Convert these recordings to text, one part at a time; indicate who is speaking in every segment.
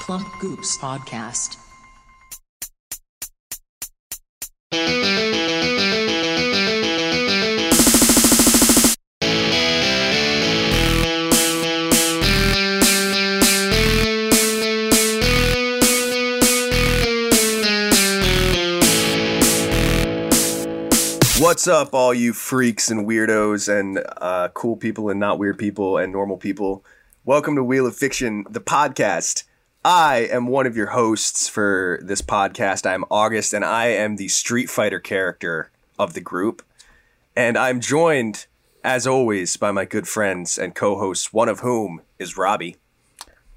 Speaker 1: Plump Goops Podcast.
Speaker 2: What's up, all you freaks and weirdos and uh, cool people and not weird people and normal people? Welcome to Wheel of Fiction, the podcast. I am one of your hosts for this podcast. I'm August, and I am the Street Fighter character of the group. And I'm joined, as always, by my good friends and co hosts, one of whom is Robbie.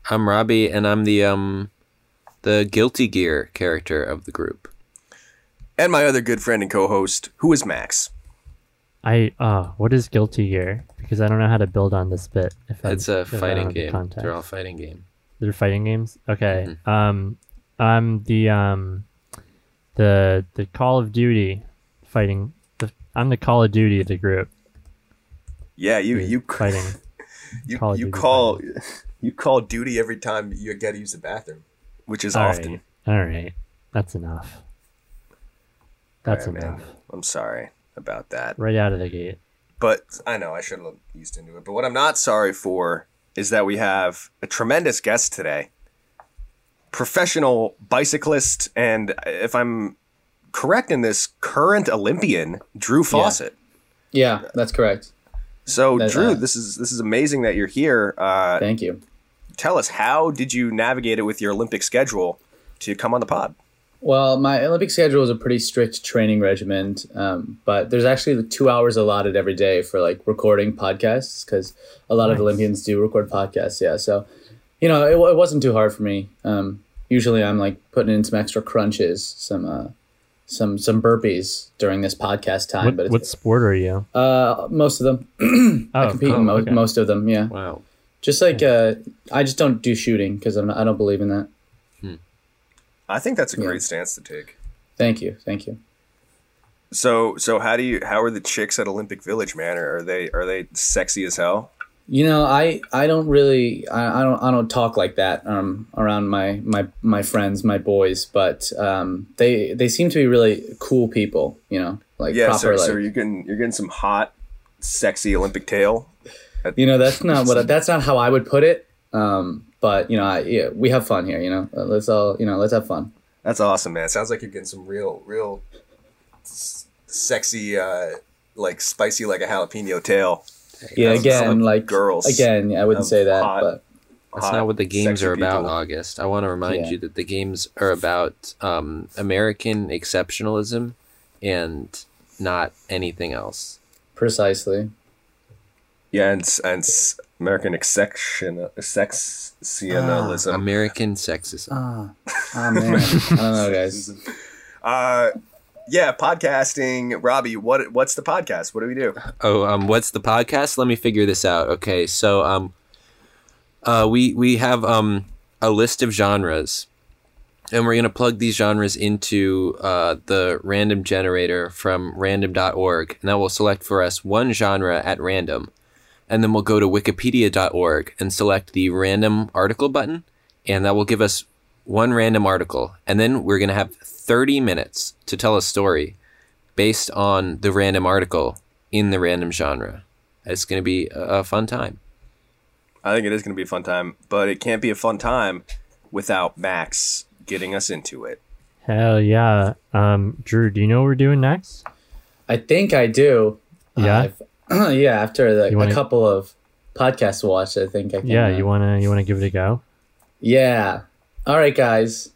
Speaker 3: I'm Robbie, and I'm the um, the Guilty Gear character of the group.
Speaker 2: And my other good friend and co host, who is Max.
Speaker 4: I uh what is guilty gear? Because I don't know how to build on this bit. If I'm-
Speaker 3: It's a
Speaker 4: if I don't
Speaker 3: fighting
Speaker 4: have uh, the
Speaker 3: game.
Speaker 4: context.
Speaker 3: They're all Mm-hmm. fighting game.
Speaker 4: They're fighting games. Okay. Um, I'm the um, the the Call of Duty fighting. The, I'm the Call of Duty of the group
Speaker 2: Yeah, you, you,
Speaker 4: fighting.
Speaker 2: you,
Speaker 4: Call of
Speaker 2: you
Speaker 4: Duty
Speaker 2: call you call duty every time you get to use the bathroom, which is
Speaker 4: All right.
Speaker 2: often.
Speaker 4: All right. That's enough. That's
Speaker 2: All right, man.
Speaker 4: enough.
Speaker 2: I'm sorry about that,
Speaker 4: Right out of the gate.
Speaker 2: but I know I should have eased into it. But what I'm not sorry for is that we have a tremendous guest today, professional bicyclist, and if I'm correct in this, current Olympian Drew Fawcett.
Speaker 5: Yeah, that's correct.
Speaker 2: So
Speaker 5: That-
Speaker 2: Drew,
Speaker 5: uh,
Speaker 2: this is this is amazing that you're here. Uh,
Speaker 5: Thank you.
Speaker 2: tell us how did you navigate it with your Olympic schedule to come on the pod?
Speaker 5: Well, my Olympic schedule is a pretty strict training regimen, um, but there's actually the two hours allotted every day for like recording podcasts because a lot of Olympians do record podcasts. Yeah, so you know it, wa- it wasn't too hard for me. Um, usually, I'm like putting in some extra crunches, some uh, some some burpees during this podcast time.
Speaker 4: What,
Speaker 5: but
Speaker 4: what
Speaker 5: it's,
Speaker 4: sport are you?
Speaker 5: uh, most of them,
Speaker 4: Oh,
Speaker 5: I compete
Speaker 3: oh,
Speaker 5: in mo-
Speaker 3: okay.
Speaker 5: most of them. Yeah,
Speaker 3: Wow.
Speaker 5: just like uh, I just don't do shooting because I'm not, I don't believe in that.
Speaker 2: I think that's a
Speaker 5: Yeah.
Speaker 2: great stance to take.
Speaker 5: Thank you, thank you.
Speaker 2: So so how do you how are the chicks at Olympic Village, man? Are are they are they sexy as hell?
Speaker 5: You know, I I don't really I, I don't I don't talk like that um around my my my friends my boys, but um they they seem to be really cool people. You know, like
Speaker 2: Yeah, so,
Speaker 5: proper like
Speaker 2: so you're getting you're getting some hot, sexy Olympic tail.
Speaker 5: you know that's not what that's not how I would put it. Um, but you know, I yeah, we have fun here. You know, uh, let's all you know let's have fun.
Speaker 2: That's awesome, man. Sounds like you're getting some real real s- sexy uh like spicy like a jalapeno tail.
Speaker 5: Yeah,
Speaker 2: That's
Speaker 5: again,
Speaker 2: solid
Speaker 5: like
Speaker 2: girls.
Speaker 5: Again, I wouldn't
Speaker 2: Um,
Speaker 5: say that,
Speaker 2: hot.
Speaker 5: but
Speaker 3: That's
Speaker 2: Hot,
Speaker 3: not what the games
Speaker 2: sexy
Speaker 3: are about,
Speaker 2: people.
Speaker 3: August. I want to remind
Speaker 5: Yeah.
Speaker 3: you that the games are about um, American exceptionalism and not anything else.
Speaker 5: precisely.
Speaker 2: Yeah, and s- and s- American exception sexionalism.
Speaker 3: American sexism.
Speaker 5: Ah, ah man, I don't know, guys.
Speaker 3: Ah,
Speaker 2: Uh yeah, podcasting. Robbie, what what's the podcast? What do we do?
Speaker 3: Oh, um, what's the podcast? Let me figure this out. Okay, so um, uh, we we have um a list of genres, and we're gonna plug these genres into uh the random generator from random.org, and that will select for us one genre at random, and then we'll go to wikipedia.org and select the random article button, and that will give us one random article, and then we're gonna have thirty minutes to tell a story based on the random article in the random genre. It's going to be a, a fun time.
Speaker 2: I think it is going to be a fun time, but it can't be a fun time without Max getting us into it.
Speaker 4: Hell yeah. Um, Drew, do you know what we're doing next?
Speaker 5: I think I do. Uh,
Speaker 4: Yeah.
Speaker 5: I've- yeah. After the,
Speaker 4: You wanna-
Speaker 5: a couple of podcasts watched, I think I can.
Speaker 4: yeah.
Speaker 5: uh,
Speaker 4: You wanna you wanna give it a go?
Speaker 5: Yeah. All right, guys.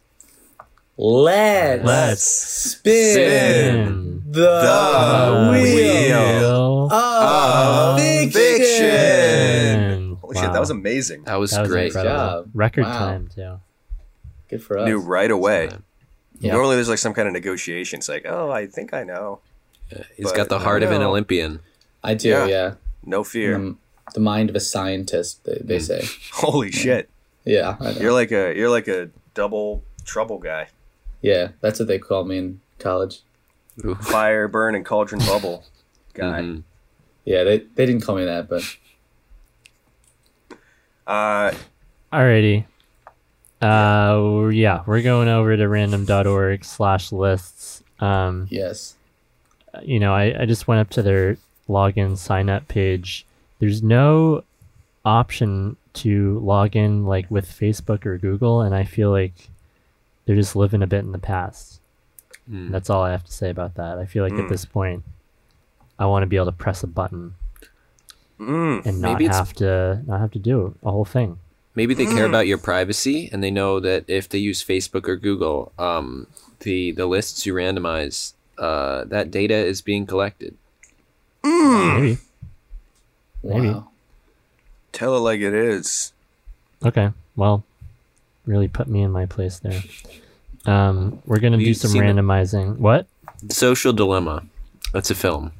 Speaker 5: Let's,
Speaker 4: Let's
Speaker 5: spin,
Speaker 2: spin
Speaker 5: the,
Speaker 2: the
Speaker 5: wheel.
Speaker 2: wheel.
Speaker 5: of
Speaker 2: Fiction.
Speaker 5: fiction.
Speaker 2: Holy shit, that was amazing.
Speaker 3: That was
Speaker 4: That was
Speaker 3: great.
Speaker 4: incredible.
Speaker 5: job.
Speaker 4: Record
Speaker 5: Wow.
Speaker 4: time too.
Speaker 5: Good for us.
Speaker 2: Knew right away.
Speaker 5: Yeah.
Speaker 2: Normally there's like some kind of negotiation. It's like, oh, I think I know.
Speaker 3: He's
Speaker 2: But
Speaker 3: got the
Speaker 2: I
Speaker 3: heart of an
Speaker 2: know.
Speaker 3: Olympian.
Speaker 5: I do.
Speaker 2: Yeah.
Speaker 5: Yeah.
Speaker 2: No fear.
Speaker 5: Um, the mind of a scientist. They, they say.
Speaker 2: Holy shit.
Speaker 5: Yeah. I know.
Speaker 2: You're like a you're like a double trouble guy.
Speaker 5: Yeah. That's what they call me in college.
Speaker 2: Fire, burn, and cauldron bubble guy.
Speaker 3: Mhm.
Speaker 5: Yeah. They they didn't call me that, but
Speaker 2: Uh,
Speaker 4: Alrighty. Uh, yeah, we're going over to random.org slash lists. Um,
Speaker 5: Yes.
Speaker 4: you know, I, I just went up to their login sign up page. There's no option to log in like with Facebook or Google, and I feel like they're just living a bit in the past.
Speaker 3: Hmm.
Speaker 4: That's all I have to say about that. I feel like at this point, I want to be able to press a button
Speaker 2: Mm.
Speaker 4: and not
Speaker 3: Hmm. Maybe it's-
Speaker 4: have to not have to do a whole thing.
Speaker 3: Maybe they
Speaker 2: Mm.
Speaker 3: care about your privacy, and they know that if they use Facebook or Google, um, the the lists you randomize, uh, that data is being collected.
Speaker 4: Maybe Maybe.
Speaker 5: Wow.
Speaker 2: Tell it like it is.
Speaker 4: okay. Well, really put me in my place there. Um, we're gonna do
Speaker 3: you
Speaker 4: some
Speaker 3: seen the-
Speaker 4: randomizing. What?
Speaker 3: Social Dilemma. That's a film.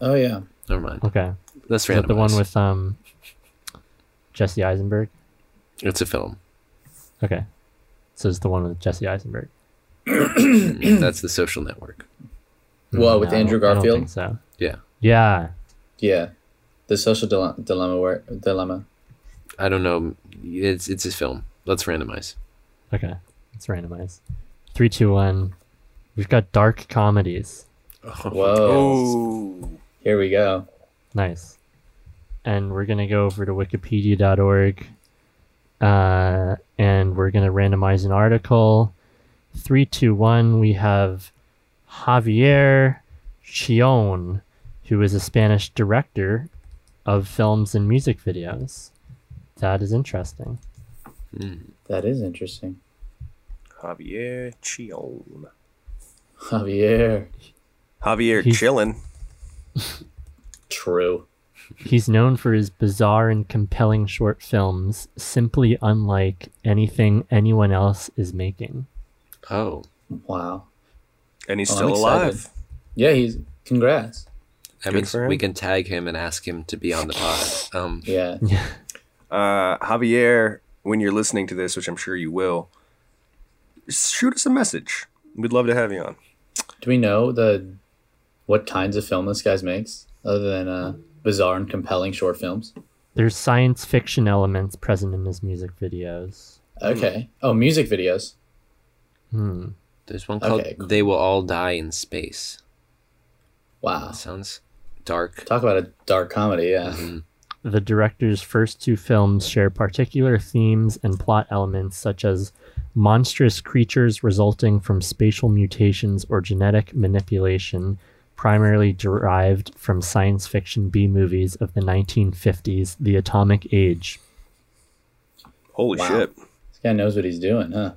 Speaker 5: Oh yeah.
Speaker 3: Never mind.
Speaker 4: Okay.
Speaker 3: That's
Speaker 4: Is
Speaker 3: randomized.
Speaker 4: that the one with um Jesse Eisenberg?
Speaker 3: It's a film.
Speaker 4: Okay. So it's the one with Jesse Eisenberg.
Speaker 3: That's the Social Network.
Speaker 5: Well, with
Speaker 4: No,
Speaker 5: Andrew
Speaker 4: Hmm. I don't
Speaker 5: Garfield.
Speaker 4: think so.
Speaker 3: Yeah,
Speaker 4: Yeah.
Speaker 5: Yeah. The social dile- dilemma. Where, dilemma.
Speaker 3: I don't know. It's it's a film. Let's randomize.
Speaker 4: Okay. Let's randomize. Three, two, one. We've got dark comedies.
Speaker 5: Whoa.
Speaker 2: Oh,
Speaker 5: Here we go.
Speaker 4: Nice. And we're gonna go over to wikipedia.org uh, and we're gonna randomize an article. Three, two, one, we have Javier Chion, who is a Spanish director of films and music videos. That is interesting.
Speaker 5: That is interesting.
Speaker 2: Javier Chion.
Speaker 5: Javier.
Speaker 2: Javier
Speaker 4: He's-
Speaker 2: chillin.
Speaker 5: True.
Speaker 4: He's known for his bizarre and compelling short films, simply unlike anything anyone else is making.
Speaker 3: Oh,
Speaker 5: Wow.
Speaker 2: and he's
Speaker 5: Oh, I'm
Speaker 2: still
Speaker 5: excited.
Speaker 2: alive.
Speaker 5: Yeah. He's. Congrats.
Speaker 3: that
Speaker 2: Good
Speaker 3: means
Speaker 2: for him.
Speaker 3: we can tag him and ask him to be on the pod. Um,
Speaker 5: Yeah.
Speaker 2: Uh, Javier, when you're listening to this, which I'm sure you will, shoot us a message. We'd love to have you on.
Speaker 5: Do we know the what kinds of film this guy's makes other than uh, bizarre and compelling short films?
Speaker 4: There's science fiction elements present in his music videos.
Speaker 5: Okay. Oh, music videos.
Speaker 4: Hmm.
Speaker 3: there's one called
Speaker 5: Okay, cool.
Speaker 3: "They Will All Die in Space."
Speaker 5: Wow.
Speaker 3: That sounds dark.
Speaker 5: Talk about a dark comedy. Yeah.
Speaker 4: The director's first two films share particular themes and plot elements, such as monstrous creatures resulting from spatial mutations or genetic manipulation, primarily derived from science fiction B movies of the 1950s, the atomic age.
Speaker 2: Holy
Speaker 5: Wow.
Speaker 2: shit.
Speaker 5: This guy knows what he's doing, huh?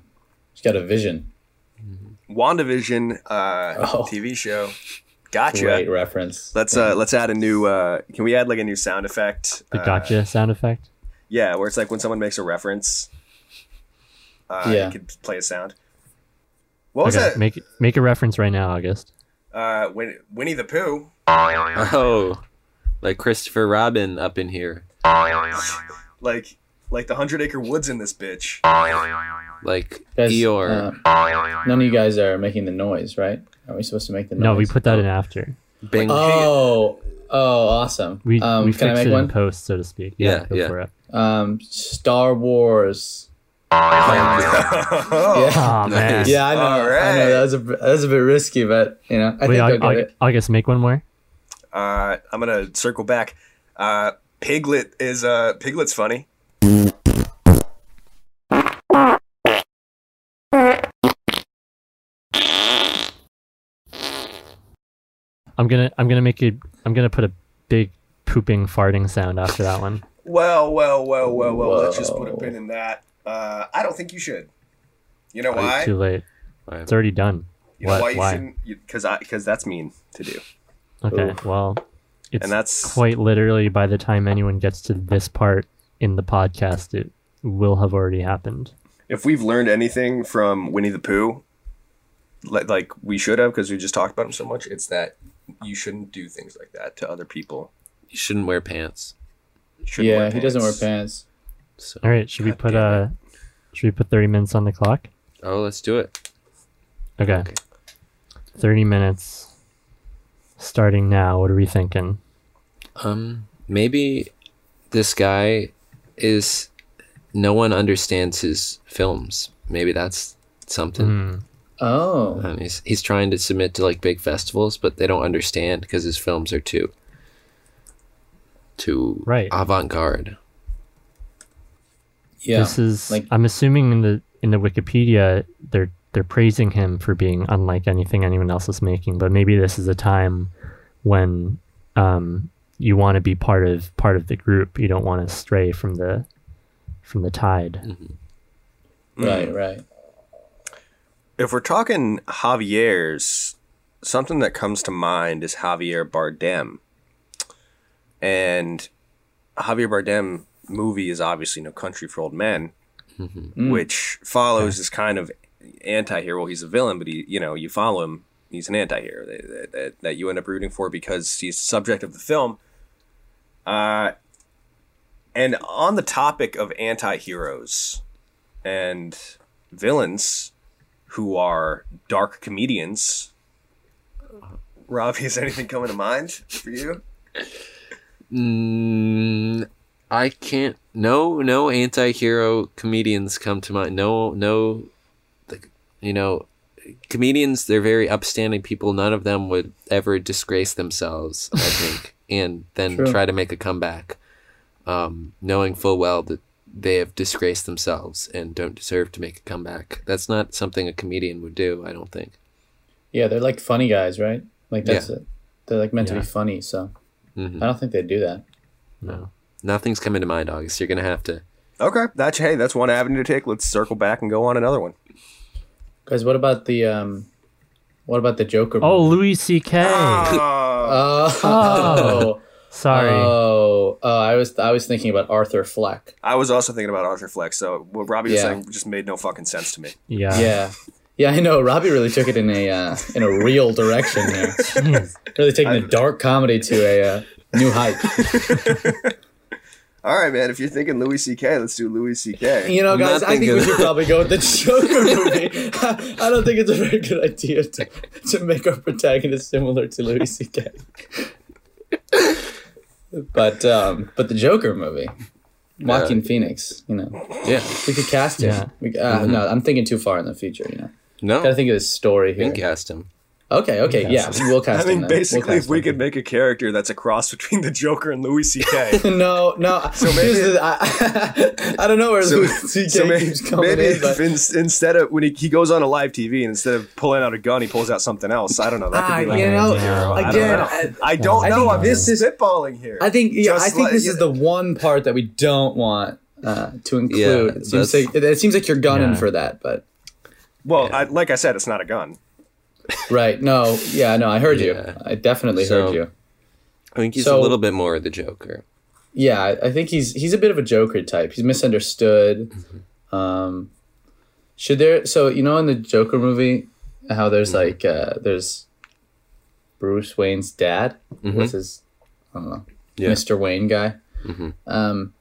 Speaker 5: He's got a vision.
Speaker 2: WandaVision uh,
Speaker 5: Oh.
Speaker 2: TV show. Gotcha.
Speaker 5: Great reference.
Speaker 2: Let's uh let's add a new uh can we add like a new sound effect?
Speaker 4: The
Speaker 2: Uh,
Speaker 4: gotcha sound effect?
Speaker 2: Yeah, where it's like when someone makes a reference. Uh
Speaker 5: Yeah.
Speaker 2: it could play a sound. What was
Speaker 4: Okay,
Speaker 2: that?
Speaker 4: make make a reference right now, August.
Speaker 2: uh Win- Winnie the Pooh.
Speaker 3: Oh, like Christopher Robin up in here,
Speaker 2: Like like the Hundred Acre Woods in this bitch.
Speaker 3: like
Speaker 5: Guys,
Speaker 3: Eeyore.
Speaker 5: uh, none of you guys are making the noise, right? Are we supposed to make the noise?
Speaker 4: No, we put that in after.
Speaker 3: Bing.
Speaker 5: Oh, oh, awesome.
Speaker 4: We
Speaker 5: um,
Speaker 4: we
Speaker 5: can I
Speaker 4: fixed
Speaker 5: make
Speaker 4: it in
Speaker 5: one?
Speaker 4: post, so to speak.
Speaker 3: Yeah,
Speaker 4: go
Speaker 3: yeah.
Speaker 4: for it.
Speaker 5: Um, Star Wars.
Speaker 2: Oh,
Speaker 5: Yeah.
Speaker 4: Oh man.
Speaker 5: Yeah, I know.
Speaker 2: All
Speaker 5: I know
Speaker 2: right.
Speaker 5: that was a that was a bit risky, but you know, I
Speaker 4: Wait,
Speaker 5: think I'll
Speaker 4: Au-
Speaker 5: get
Speaker 4: Au-
Speaker 5: it.
Speaker 4: August, make one more.
Speaker 2: Uh I'm gonna circle back. Uh Piglet is uh Piglet's funny.
Speaker 4: I'm gonna I'm gonna make you I'm gonna put a big pooping farting sound after that one.
Speaker 2: Well, well, well, well, well, let's just put a
Speaker 5: Whoa.
Speaker 2: pin in that. Uh I don't think you should. You know
Speaker 4: It's
Speaker 2: why?
Speaker 4: Too late.
Speaker 3: Why?
Speaker 4: It's already done.
Speaker 2: You
Speaker 4: What?
Speaker 2: know why you
Speaker 4: Why?
Speaker 2: shouldn't? Because I because that's mean to do,
Speaker 4: Okay.
Speaker 5: Oof.
Speaker 4: Well, it's
Speaker 2: and that's
Speaker 4: quite literally by the time anyone gets to this part in the podcast, it will have already happened.
Speaker 2: if we've learned anything from Winnie the Pooh, li- like we should have because we just talked about him so much. It's that you shouldn't do things like that to other people.
Speaker 3: You shouldn't wear pants.
Speaker 2: You shouldn't
Speaker 5: Yeah,
Speaker 2: wear
Speaker 5: he doesn't wear
Speaker 2: pants.
Speaker 5: pants.
Speaker 3: So.
Speaker 4: All right. Should we
Speaker 3: God
Speaker 4: put
Speaker 3: damn it.
Speaker 4: uh Should we put thirty minutes on the clock?
Speaker 3: Oh, let's do it.
Speaker 4: Okay. 30 minutes starting now. What are we thinking?
Speaker 3: Um, maybe this guy is no one understands his films. Maybe that's something.
Speaker 5: Oh,
Speaker 3: Um, he's he's trying to submit to like big festivals, but they don't understand because his films are too too
Speaker 4: Right.
Speaker 3: avant garde.
Speaker 5: yeah.
Speaker 4: This is
Speaker 5: like-
Speaker 4: I'm assuming in the in the Wikipedia they're they're praising him for being unlike anything anyone else is making, but maybe this is a time when um, you want to be part of part of the group. You don't want to stray from the from the tide.
Speaker 5: Mm-hmm.
Speaker 2: Mm-hmm.
Speaker 5: Right, right.
Speaker 2: If we're talking Javier's, something that comes to mind is Javier Bardem. And Javier Bardem movie is obviously No Country for Old Men, which follows this kind of anti-hero. He's a villain, but he, you know, you follow him, he's an anti-hero that, that, that you end up rooting for because he's the subject of the film. Uh, and on the topic of anti-heroes and villains, who are dark comedians. Robbie, is anything coming to mind for you?
Speaker 3: Mm, I can't. No, no anti-hero comedians come to mind. No, no, the, you know, comedians. They're very upstanding people. None of them would ever disgrace themselves. I think, and then
Speaker 5: True.
Speaker 3: try to make a comeback, um, knowing full well that they have disgraced themselves and don't deserve to make a comeback. That's not something a comedian would do. I don't think.
Speaker 5: Yeah, they're like funny guys, right? Like that's
Speaker 3: Yeah.
Speaker 5: it. They're like meant to
Speaker 4: Yeah.
Speaker 5: be funny, so
Speaker 3: Mhm.
Speaker 5: I don't think they do that.
Speaker 4: No.
Speaker 3: Nothing's coming to mind, August. You're gonna have to.
Speaker 2: Okay, that's hey, that's one avenue to take. Let's circle back and go on another one.
Speaker 5: Guys, what about the um, what about the Joker?
Speaker 4: Oh,
Speaker 5: movie?
Speaker 4: Louis C.K.
Speaker 2: Ah!
Speaker 5: oh,
Speaker 4: Oh.
Speaker 5: oh,
Speaker 4: Sorry.
Speaker 5: oh, I was I was thinking about Arthur Fleck.
Speaker 2: I was also thinking about Arthur Fleck, so what Robbie was
Speaker 5: Yeah.
Speaker 2: saying just made no fucking sense to me.
Speaker 4: yeah.
Speaker 5: Yeah, yeah, I know. Robbie really took it in a uh, in a real direction there.
Speaker 4: Jeez.
Speaker 5: Really taking the dark comedy to a uh, new height.
Speaker 2: All right, man, if you're thinking Louis C.K., let's do Louis C.K.
Speaker 5: You know, guys, I
Speaker 3: Nothing
Speaker 5: think we
Speaker 3: good.
Speaker 5: should probably go with the Joker movie. I don't think it's a very good idea to, to make our protagonist similar to Louis C.K. but um, but the Joker movie, Joaquin Phoenix. You know,
Speaker 3: Yeah.
Speaker 5: we could cast him.
Speaker 4: Yeah.
Speaker 5: We, uh, No, I'm thinking too far in the future. You know,
Speaker 3: No.
Speaker 5: gotta think of his story
Speaker 3: You
Speaker 5: here.
Speaker 3: can cast him.
Speaker 5: Okay, okay,
Speaker 4: We'll
Speaker 5: yeah,
Speaker 4: cast
Speaker 5: we'll cast
Speaker 2: I mean,
Speaker 5: him. then. We'll
Speaker 2: basically, if
Speaker 5: cast
Speaker 2: we
Speaker 5: him.
Speaker 2: could make a character that's a cross between the Joker and Louis C.K.,
Speaker 5: No, no. So
Speaker 2: maybe-
Speaker 5: I, I don't know where
Speaker 2: So,
Speaker 5: Louis C.K.
Speaker 2: so may-
Speaker 5: keeps coming
Speaker 2: maybe
Speaker 5: in,
Speaker 2: if
Speaker 5: but
Speaker 2: in, instead of when he, he goes on a live TV and instead of pulling out a gun, he pulls out something else. I don't know. That could
Speaker 5: Ah,
Speaker 2: be like
Speaker 5: you
Speaker 2: an
Speaker 5: know,
Speaker 2: anti-hero. I don't
Speaker 5: again,
Speaker 2: know.
Speaker 5: I-
Speaker 2: I don't
Speaker 5: I
Speaker 2: know.
Speaker 5: think
Speaker 2: I'm
Speaker 5: this
Speaker 2: just
Speaker 5: is-
Speaker 2: spitballing here.
Speaker 5: I think yeah,
Speaker 2: Just
Speaker 5: I think
Speaker 2: like-
Speaker 5: this is the one part that we don't want uh, to include. it, seems
Speaker 3: that's-
Speaker 5: like, it seems like you're gunning
Speaker 4: Yeah.
Speaker 5: for that, but
Speaker 2: Well, I, like I said, it's not a gun.
Speaker 5: right? No, yeah, no, I heard
Speaker 3: Yeah.
Speaker 5: you. I definitely
Speaker 3: So-
Speaker 5: heard you.
Speaker 3: I think he's a
Speaker 5: So-
Speaker 3: little bit more of the Joker.
Speaker 5: Yeah, I, I think he's he's a bit of a Joker type. He's misunderstood.
Speaker 3: Mm-hmm.
Speaker 5: Um, should there? So you know, in the Joker movie, how there's
Speaker 3: Mm-hmm.
Speaker 5: like uh, there's Bruce Wayne's dad. What's his? I don't know.
Speaker 3: Mm-hmm. Yeah. Mm-hmm.
Speaker 5: Mr. Wayne guy. Um,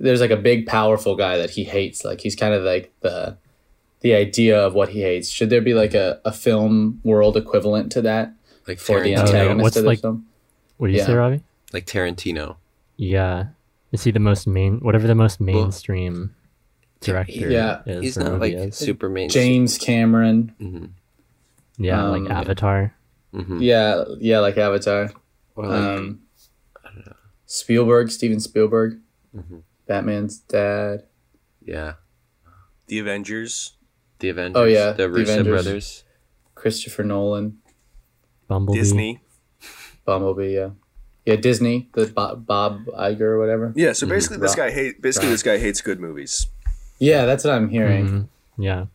Speaker 5: there's like a big, powerful guy that he hates. Like he's kind of like the the idea of what he hates. Should there be like a, a film world equivalent to that
Speaker 3: like
Speaker 5: for the
Speaker 3: Tarantino.
Speaker 5: antagonist
Speaker 4: What's
Speaker 5: of the
Speaker 4: like-
Speaker 5: film?
Speaker 4: What do you say,
Speaker 5: Yeah.
Speaker 4: Robbie?
Speaker 3: like Tarantino.
Speaker 4: Yeah. Is he the most main? Whatever the most mainstream director
Speaker 5: Yeah.
Speaker 4: is.
Speaker 3: He's
Speaker 4: or
Speaker 3: not
Speaker 4: movie
Speaker 3: like
Speaker 4: is.
Speaker 3: super main.
Speaker 5: James Cameron.
Speaker 3: Mm-hmm.
Speaker 4: Yeah,
Speaker 5: um,
Speaker 4: like Avatar.
Speaker 5: Yeah, yeah, like Avatar.
Speaker 3: Or
Speaker 5: Um,
Speaker 3: like,
Speaker 5: Spielberg, Steven Spielberg, Batman's dad.
Speaker 3: yeah,
Speaker 2: The Avengers,
Speaker 3: the Avengers.
Speaker 5: Oh, yeah,
Speaker 3: the
Speaker 5: the
Speaker 3: Russo
Speaker 5: Avengers.
Speaker 3: brothers.
Speaker 5: Christopher Nolan,
Speaker 4: Bumblebee.
Speaker 2: Disney.
Speaker 5: Bumblebee. Yeah, yeah, Disney. The Bo- Bob Iger or whatever.
Speaker 2: Yeah. So basically, this
Speaker 5: Right.
Speaker 2: guy hate. Basically, this guy hates good movies.
Speaker 5: Yeah, that's what I'm hearing.
Speaker 4: Mm-hmm. Yeah.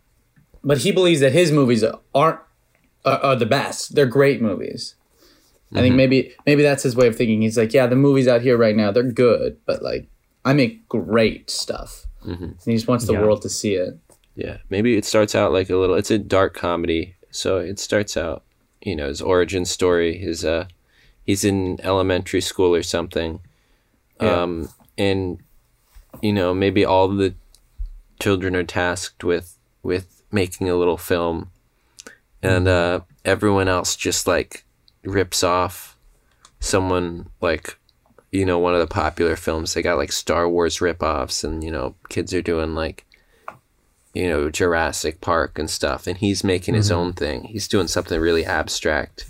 Speaker 5: but he believes that his movies aren't are, are the best. They're great movies. I think maybe maybe that's his way of thinking. He's like, yeah, the movies out here right now they're good, but like I make great stuff, and he just wants the
Speaker 4: Yeah.
Speaker 5: world to see it.
Speaker 3: Yeah, maybe it starts out like a little. It's a dark comedy, so it starts out, you know, his origin story. His uh, he's in elementary school or something,
Speaker 5: Yeah.
Speaker 3: um, and you know maybe all the children are tasked with with making a little film, and uh, everyone else just like rips off someone like you know one of the popular films. They got like Star Wars ripoffs, and you know kids are doing like you know Jurassic Park and stuff. And he's making his own thing. He's doing something really abstract,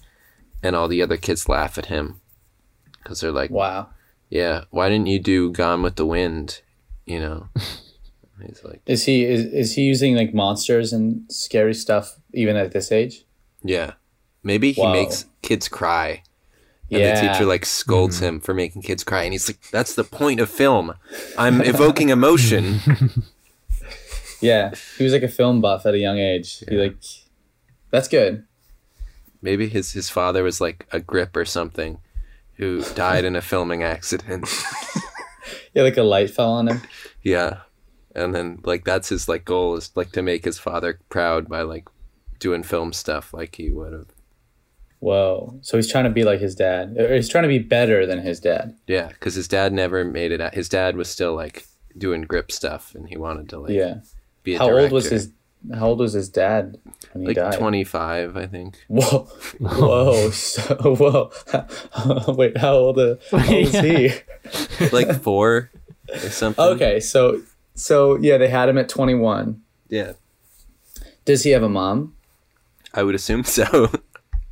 Speaker 3: and all the other kids laugh at him because they're like,
Speaker 5: Wow.
Speaker 3: "Yeah, why didn't you do Gone with the Wind?" You know. he's like,
Speaker 5: Is he is, is he using like monsters and scary stuff even at this age?
Speaker 3: "Yeah, maybe he
Speaker 5: Wow.
Speaker 3: makes kids cry." And the teacher like scolds him for making kids cry, and he's like, "That's the point of film. I'm evoking emotion."
Speaker 5: yeah. He was like a film buff at a young age. He like that's good.
Speaker 3: Maybe his his father was like a grip or something, who died in a filming accident.
Speaker 5: Yeah, like a light fell on him.
Speaker 3: yeah, and then like that's his like goal is like to make his father proud by like doing film stuff like he would have.
Speaker 5: Whoa. So he's trying to be like his dad. Or he's trying to be better than his dad.
Speaker 3: Yeah, because his dad never made it. out. His dad was still like doing grip stuff, and he wanted to like
Speaker 5: Yeah.
Speaker 3: be a
Speaker 5: How old was
Speaker 3: director.
Speaker 5: his how old was his dad when he
Speaker 3: Like
Speaker 5: died?
Speaker 3: twenty five, I think.
Speaker 5: Whoa. Whoa. So, whoa. Wait, how old, uh, how old is he?
Speaker 3: Like four or something.
Speaker 5: Okay, so so yeah, they had him at 21.
Speaker 3: Yeah,
Speaker 5: Does he have a mom?
Speaker 3: I would assume so.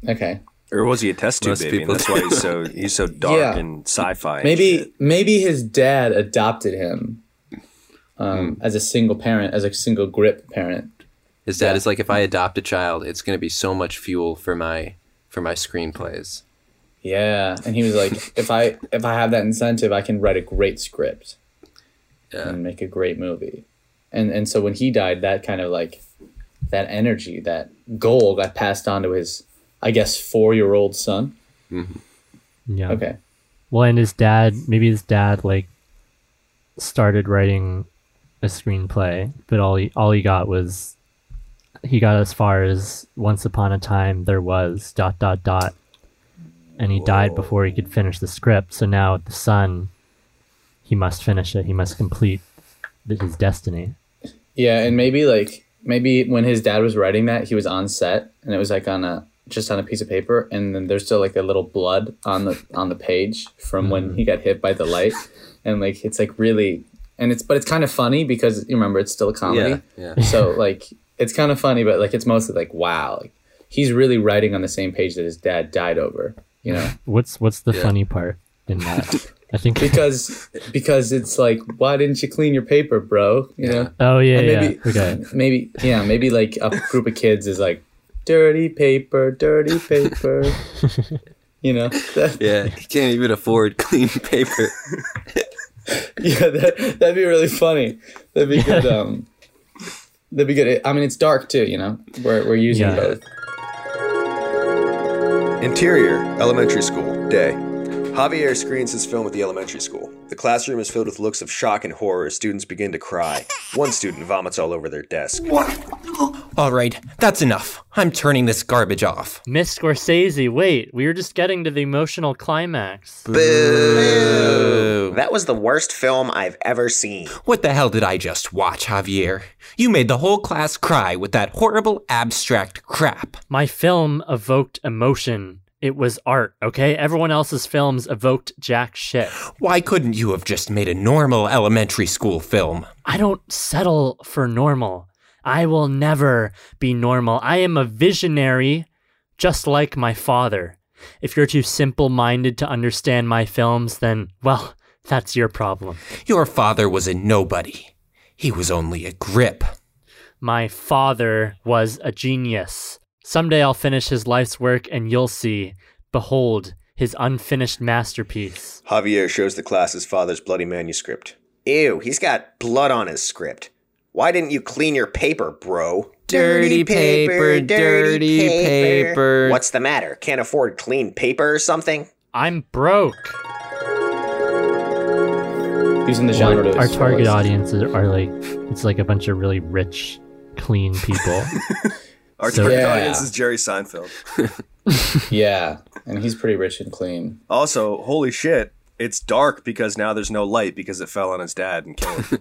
Speaker 5: Okay.
Speaker 2: Or was he a test tube
Speaker 3: Most
Speaker 2: baby? And
Speaker 3: people
Speaker 2: that's why he's so he's so dark
Speaker 5: Yeah.
Speaker 2: and sci-fi. and
Speaker 5: Maybe
Speaker 2: shit.
Speaker 5: maybe his dad adopted him um, as a single parent, as a single grip parent.
Speaker 3: His dad
Speaker 5: Yeah.
Speaker 3: is like, if I adopt a child, it's going to be so much fuel for my for my screenplays.
Speaker 5: Yeah, and he was like, if I if I have that incentive, I can write a great script
Speaker 3: Yeah.
Speaker 5: and make a great movie. And and so when he died, that kind of like that energy, that goal got passed on to his, I guess, four year old son.
Speaker 4: Yeah.
Speaker 5: Okay.
Speaker 4: Well, and his dad, maybe his dad like started writing a screenplay, but all he all he got was he got as far as once upon a time there was dot dot dot and he died before he could finish the script. So now the son he must finish it. He must complete th- his destiny.
Speaker 5: Yeah, and maybe like maybe when his dad was writing that, he was on set and it was like on a just on a piece of paper and then there's still like a little blood on the on the page from
Speaker 3: Mm.
Speaker 5: when he got hit by the light. And like it's like really and it's but it's kind of funny because you remember it's still a comedy.
Speaker 3: Yeah,
Speaker 5: So like it's kind of funny but like it's mostly like wow, like he's really writing on the same page that his dad died over, you know.
Speaker 4: What's what's the
Speaker 3: Yeah.
Speaker 4: funny part in that? I think
Speaker 5: Because because it's like why didn't you clean your paper, bro? You know.
Speaker 4: Oh yeah,
Speaker 5: And
Speaker 4: yeah.
Speaker 5: maybe-
Speaker 4: Okay.
Speaker 5: maybe yeah maybe like a group of kids is like dirty paper dirty paper you know that,
Speaker 3: yeah. He can't even afford clean paper.
Speaker 5: yeah that, that'd be really funny that'd be good um that'd be good i mean it's dark too you know we're, we're using
Speaker 4: Yeah.
Speaker 5: both
Speaker 2: Interior, elementary school, day. Javier screens his film at the elementary school. The classroom is filled with looks of shock and horror as students begin to cry. One student vomits all over their desk.
Speaker 6: All right, that's enough. I'm turning this garbage off.
Speaker 4: Miss Scorsese, wait, we were just getting to the emotional climax.
Speaker 7: That was the worst film I've ever seen.
Speaker 6: What the hell did I just watch, Javier? You made the whole class cry with that horrible abstract crap.
Speaker 4: My film evoked emotion. It was art, okay? Everyone else's films evoked jack shit.
Speaker 6: Why couldn't you have just made a normal elementary school film?
Speaker 4: I don't settle for normal. I will never be normal. I am a visionary, just like my father. If you're too simple minded to understand my films, then, well, that's your problem.
Speaker 6: Your father was a nobody. He was only a grip.
Speaker 4: My father was a genius. Someday I'll finish his life's work and you'll see, behold, his unfinished masterpiece.
Speaker 2: Javier shows the class his father's bloody manuscript.
Speaker 7: Ew, he's got blood on his script. Why didn't you clean your paper, bro?
Speaker 6: Dirty paper, dirty paper.
Speaker 7: What's the matter? Can't afford clean paper or something?
Speaker 4: I'm broke.
Speaker 5: using the genre to
Speaker 4: our
Speaker 5: its
Speaker 4: target
Speaker 5: fullest.
Speaker 4: audiences are like it's like a bunch of really rich clean people
Speaker 2: Our
Speaker 4: So-
Speaker 2: target
Speaker 5: Yeah.
Speaker 2: audience is Jerry Seinfeld.
Speaker 5: yeah and he's pretty rich and clean
Speaker 2: Also, holy shit, it's dark because now there's no light because it fell on his dad and killed him.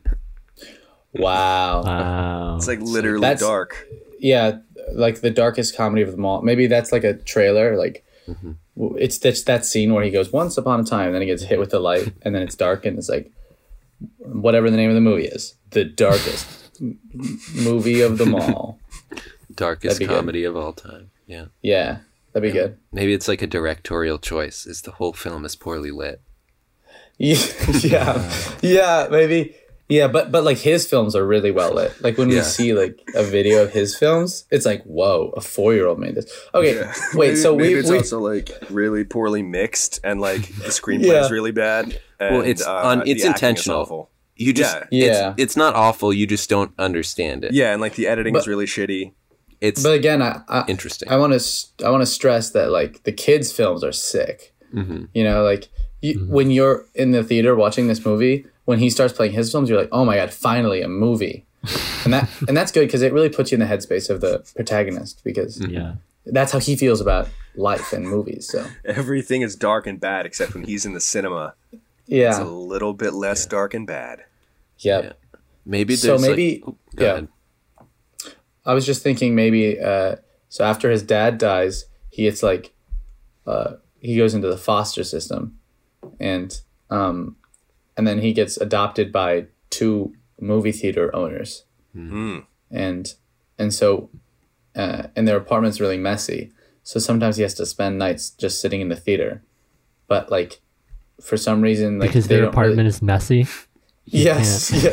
Speaker 5: wow
Speaker 4: wow
Speaker 2: It's like literally
Speaker 5: That's-
Speaker 2: dark. Mm-hmm.
Speaker 5: yeah like the darkest comedy of them all maybe that's like a trailer like w- it's that's that scene where he goes once upon a time, and then he gets hit with the light, and then it's dark, and it's like whatever the name of the movie is, the darkest m- movie of them all.
Speaker 3: Darkest
Speaker 5: be good.
Speaker 3: comedy of all time. Yeah.
Speaker 5: Yeah, that'd be good.
Speaker 3: Maybe it's like a directorial choice. Is the whole film is poorly lit?
Speaker 5: yeah yeah maybe yeah but but like his films are really well lit like when we
Speaker 3: Yeah.
Speaker 5: see like a video of his films it's like whoa a four-year-old made this okay wait
Speaker 2: Maybe-
Speaker 5: so
Speaker 2: maybe
Speaker 5: we,
Speaker 2: it's
Speaker 5: we
Speaker 2: also like really poorly mixed, and like the screenplay
Speaker 5: Yeah.
Speaker 2: is really bad.
Speaker 3: Well,
Speaker 2: and,
Speaker 3: it's
Speaker 2: uh,
Speaker 3: un-
Speaker 2: the acting
Speaker 3: it's
Speaker 2: is
Speaker 3: intentional.
Speaker 2: awful.
Speaker 3: You just
Speaker 2: Yeah.
Speaker 5: Yeah.
Speaker 3: It's, it's not awful. You just don't understand it.
Speaker 2: Yeah, and like the editing is
Speaker 5: But-
Speaker 2: really shitty.
Speaker 3: It's
Speaker 5: but again i i,
Speaker 3: interesting.
Speaker 5: I want to i want to stress that like the kids films are sick
Speaker 3: Mhm.
Speaker 5: you know like you,
Speaker 3: Mm-hmm.
Speaker 5: when you're in the theater watching this movie when he starts playing his films you're like oh my god finally a movie and that and that's good because it really puts you in the headspace of the protagonist because
Speaker 3: Mm.
Speaker 4: Yeah.
Speaker 5: that's how he feels about life and movies so
Speaker 2: Everything is dark and bad except when he's in the cinema. It's a
Speaker 5: yeah
Speaker 2: little bit less dark and bad.
Speaker 5: yeah
Speaker 3: Maybe
Speaker 5: So
Speaker 3: there's like-
Speaker 5: maybe-
Speaker 3: oh, go
Speaker 5: yeah.
Speaker 3: ahead.
Speaker 5: I was just thinking maybe uh, so after his dad dies, he gets like uh, he goes into the foster system, and um, and then he gets adopted by two movie theater owners, and and so uh, and their apartment's really messy, so sometimes he has to spend nights just sitting in the theater, but like for some reason like
Speaker 4: Because
Speaker 5: they
Speaker 4: their
Speaker 5: don't really-
Speaker 4: apartment is messy.
Speaker 5: yes yeah.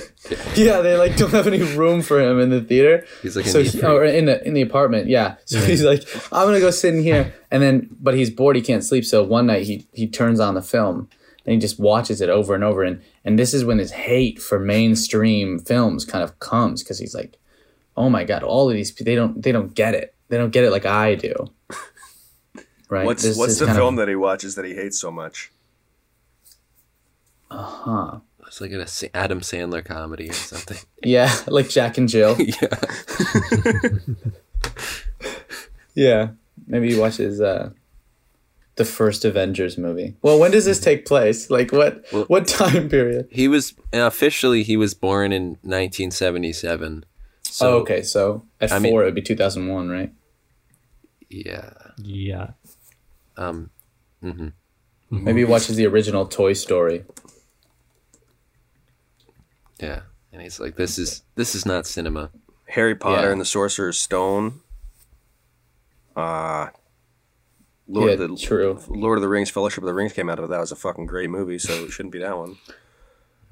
Speaker 5: yeah they like don't have any room for him in the theater
Speaker 3: He's like,
Speaker 5: so
Speaker 3: an
Speaker 5: he,
Speaker 3: Ephraim.
Speaker 5: or in the in the apartment, yeah. So he's like, I'm gonna go sit in here, and then but he's bored, he can't sleep. So one night he he turns on the film and he just watches it over and over, and and this is when his hate for mainstream films kind of comes because he's like, oh my god, all of these pe- they don't they don't get it, they don't get it like I do. Right.
Speaker 2: What's
Speaker 5: This
Speaker 2: what's
Speaker 5: is
Speaker 2: the
Speaker 5: kind of-
Speaker 2: film that he watches that he hates so much?
Speaker 3: it's like an Sa- Adam Sandler comedy or something.
Speaker 5: yeah, like Jack and Jill.
Speaker 3: yeah.
Speaker 5: yeah. Maybe he watches uh, the first Avengers movie. Well, when does this take place? Like what what time period?
Speaker 3: He was uh, officially he was born in 1977. So
Speaker 5: oh, okay. So at
Speaker 3: I
Speaker 5: four,
Speaker 3: mean-
Speaker 5: it would be 2001, right?
Speaker 3: Yeah.
Speaker 4: Yeah.
Speaker 3: Um.
Speaker 5: Maybe he watches the original Toy Story.
Speaker 3: Yeah. And he's like, this is this is not cinema.
Speaker 2: Harry Potter
Speaker 5: Yeah.
Speaker 2: and the Sorcerer's Stone. Uh Lord
Speaker 5: Yeah,
Speaker 2: of the
Speaker 5: true.
Speaker 2: Lord of the Rings, Fellowship of the Rings came out of it. That was a fucking great movie, so it shouldn't be that one.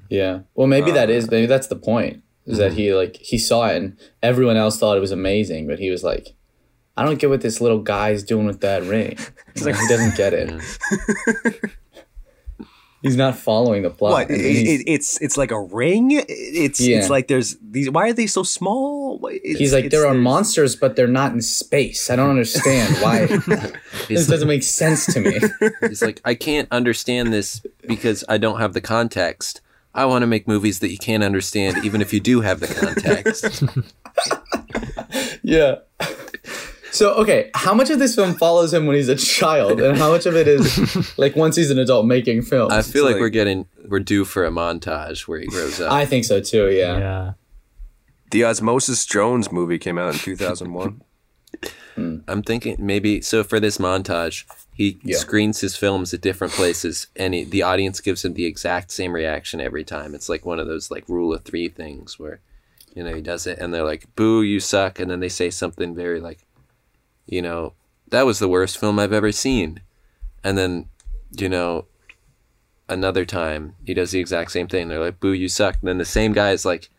Speaker 5: Yeah. Well, maybe
Speaker 2: Um,
Speaker 5: that is. Maybe that's the point. Is that
Speaker 2: Mm-hmm.
Speaker 5: he like he saw it and everyone else thought it was amazing, but he was like, I don't get what this little guy's doing with that ring. You know, he doesn't get it. he's not following the plot.
Speaker 2: What?
Speaker 5: And
Speaker 2: It,
Speaker 5: he's,
Speaker 2: it, it's it's like a ring. It- It's
Speaker 5: Yeah.
Speaker 2: it's like there's these. Why are they so small? Why- It's,
Speaker 5: he's like,
Speaker 2: it's-
Speaker 5: there are
Speaker 2: there's-
Speaker 5: monsters, but they're not in space. I don't understand why. this
Speaker 3: He's like,
Speaker 5: doesn't make sense to me.
Speaker 3: he's like, I can't understand this because I don't have the context. I want to make movies that you can't understand, even if you do have the context.
Speaker 5: Yeah. So okay, how much of this film follows him when he's a child, and how much of it is like once he's an adult making films?
Speaker 3: I feel like,
Speaker 2: like-
Speaker 3: we're getting we're due for a montage where he grows up.
Speaker 5: I think so too. Yeah.
Speaker 4: Yeah.
Speaker 2: The Osmosis Jones movie came out in 2001.
Speaker 3: I'm thinking maybe so for this montage, he
Speaker 5: Yeah.
Speaker 3: screens his films at different places, and he, the audience gives him the exact same reaction every time. It's like one of those like rule of three things where, you know, he does it, and they're like, "Boo, you suck," and then they say something very like, you know, that was the worst film I've ever seen, and then, you know, another time he does the exact same thing. They're like, "Boo, you suck," and then the same guy is like,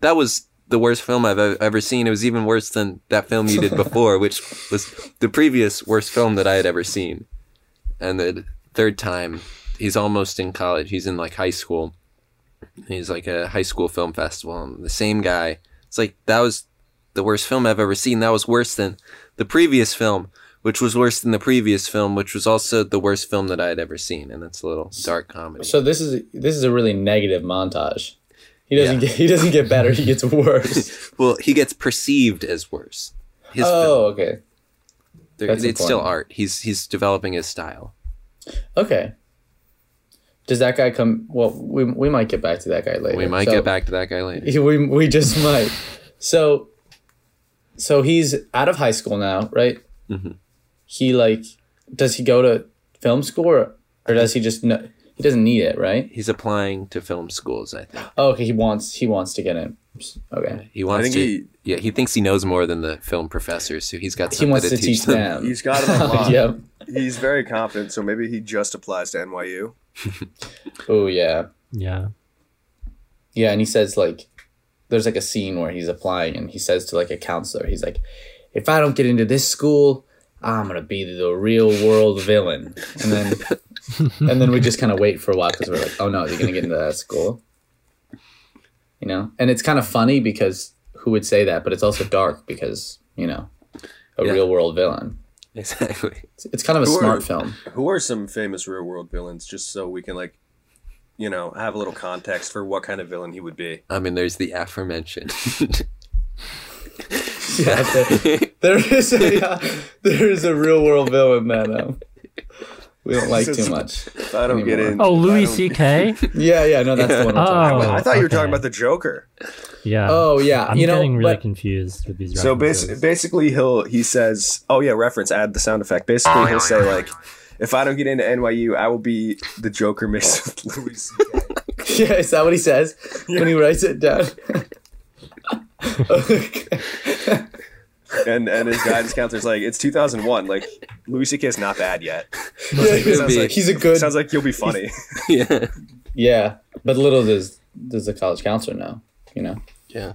Speaker 3: that was the worst film I've ev- ever seen. It was even worse than that film you did before, which was the previous worst film that I had ever seen. And the third time, he's almost in college. He's in like high school. He's like a high school film festival. And the same guy, it's like, that was the worst film I've ever seen. That was worse than the previous film, which was worse than the previous film, which was also the worst film that I had ever seen. And that's a little dark comedy.
Speaker 5: So this is this is a really negative montage. He doesn't get he doesn't get better. He gets worse.
Speaker 3: well, he gets perceived as worse. His film.
Speaker 5: oh, okay,
Speaker 3: There,
Speaker 5: That's
Speaker 3: it's still
Speaker 5: important.
Speaker 3: art. He's he's developing his style.
Speaker 5: okay. Does that guy come? Well, we we might get back to that guy later.
Speaker 3: We might
Speaker 5: So-
Speaker 3: get back to that guy later.
Speaker 5: We we just might. So,
Speaker 3: Mm-hmm.
Speaker 5: so he's out of high school now, right? He like does he go to film school or, or does he just no, he doesn't need it, right?
Speaker 3: He's applying to film schools. I think
Speaker 5: Oh, okay, he wants he wants to get in. Okay.
Speaker 3: he wants
Speaker 2: think
Speaker 3: to.
Speaker 2: he-
Speaker 3: yeah, he thinks he knows more than the film professors, so he's got
Speaker 5: He
Speaker 3: something
Speaker 5: wants
Speaker 3: to, teach them.
Speaker 5: them.
Speaker 2: He's got him a lot.
Speaker 5: yep.
Speaker 2: He's very confident, so maybe he just applies to NYU.
Speaker 5: Oh yeah.
Speaker 4: Yeah.
Speaker 5: Yeah, and he says like there's like a scene where he's applying and he says to like a counselor, he's like, If I don't get into this school, I'm gonna be the real world villain. And then and then we just kinda wait for a while because we're like, Oh no, is he gonna get into that school? You know? And it's kind of funny because who would say that, but it's also dark because, you know, a
Speaker 3: Yeah.
Speaker 5: real world villain.
Speaker 3: Exactly.
Speaker 5: It's, it's kind of a
Speaker 2: Sure.
Speaker 5: smart film.
Speaker 2: Who are some famous real world villains, just so we can like, you know, have a little context for what kind of villain he would be?
Speaker 3: I mean, there's the aforementioned.
Speaker 5: There is a there is a real world villain that um, we don't like too much.
Speaker 2: If I don't get
Speaker 5: Anymore.
Speaker 2: in.
Speaker 4: Oh, Louis
Speaker 2: if I don't-
Speaker 4: C.K.
Speaker 5: Yeah, yeah, no, that's the one. I'm talking
Speaker 4: Oh,
Speaker 5: about.
Speaker 2: I thought you were talking
Speaker 4: okay.
Speaker 2: about the Joker.
Speaker 4: Yeah.
Speaker 5: Oh yeah,
Speaker 4: I'm
Speaker 5: you know,
Speaker 4: getting really
Speaker 5: but
Speaker 4: confused with these.
Speaker 2: So
Speaker 4: references.
Speaker 2: basically, basically, he'll he says, "Oh yeah, reference. Add the sound effect." Basically, he'll say like, "If I don't get into NYU, I will be the Joker mixed with Louis C.K."
Speaker 5: yeah, is that what he says when he writes it down? Okay.
Speaker 2: and and his guidance counselor's like, "It's 2001. Like Louis C.K. is not bad yet.
Speaker 5: Yeah,
Speaker 3: be.
Speaker 5: he's a good
Speaker 2: Sounds like you'll be funny."
Speaker 3: yeah.
Speaker 5: yeah, but little does does the college counselor know, you know,
Speaker 3: Yeah.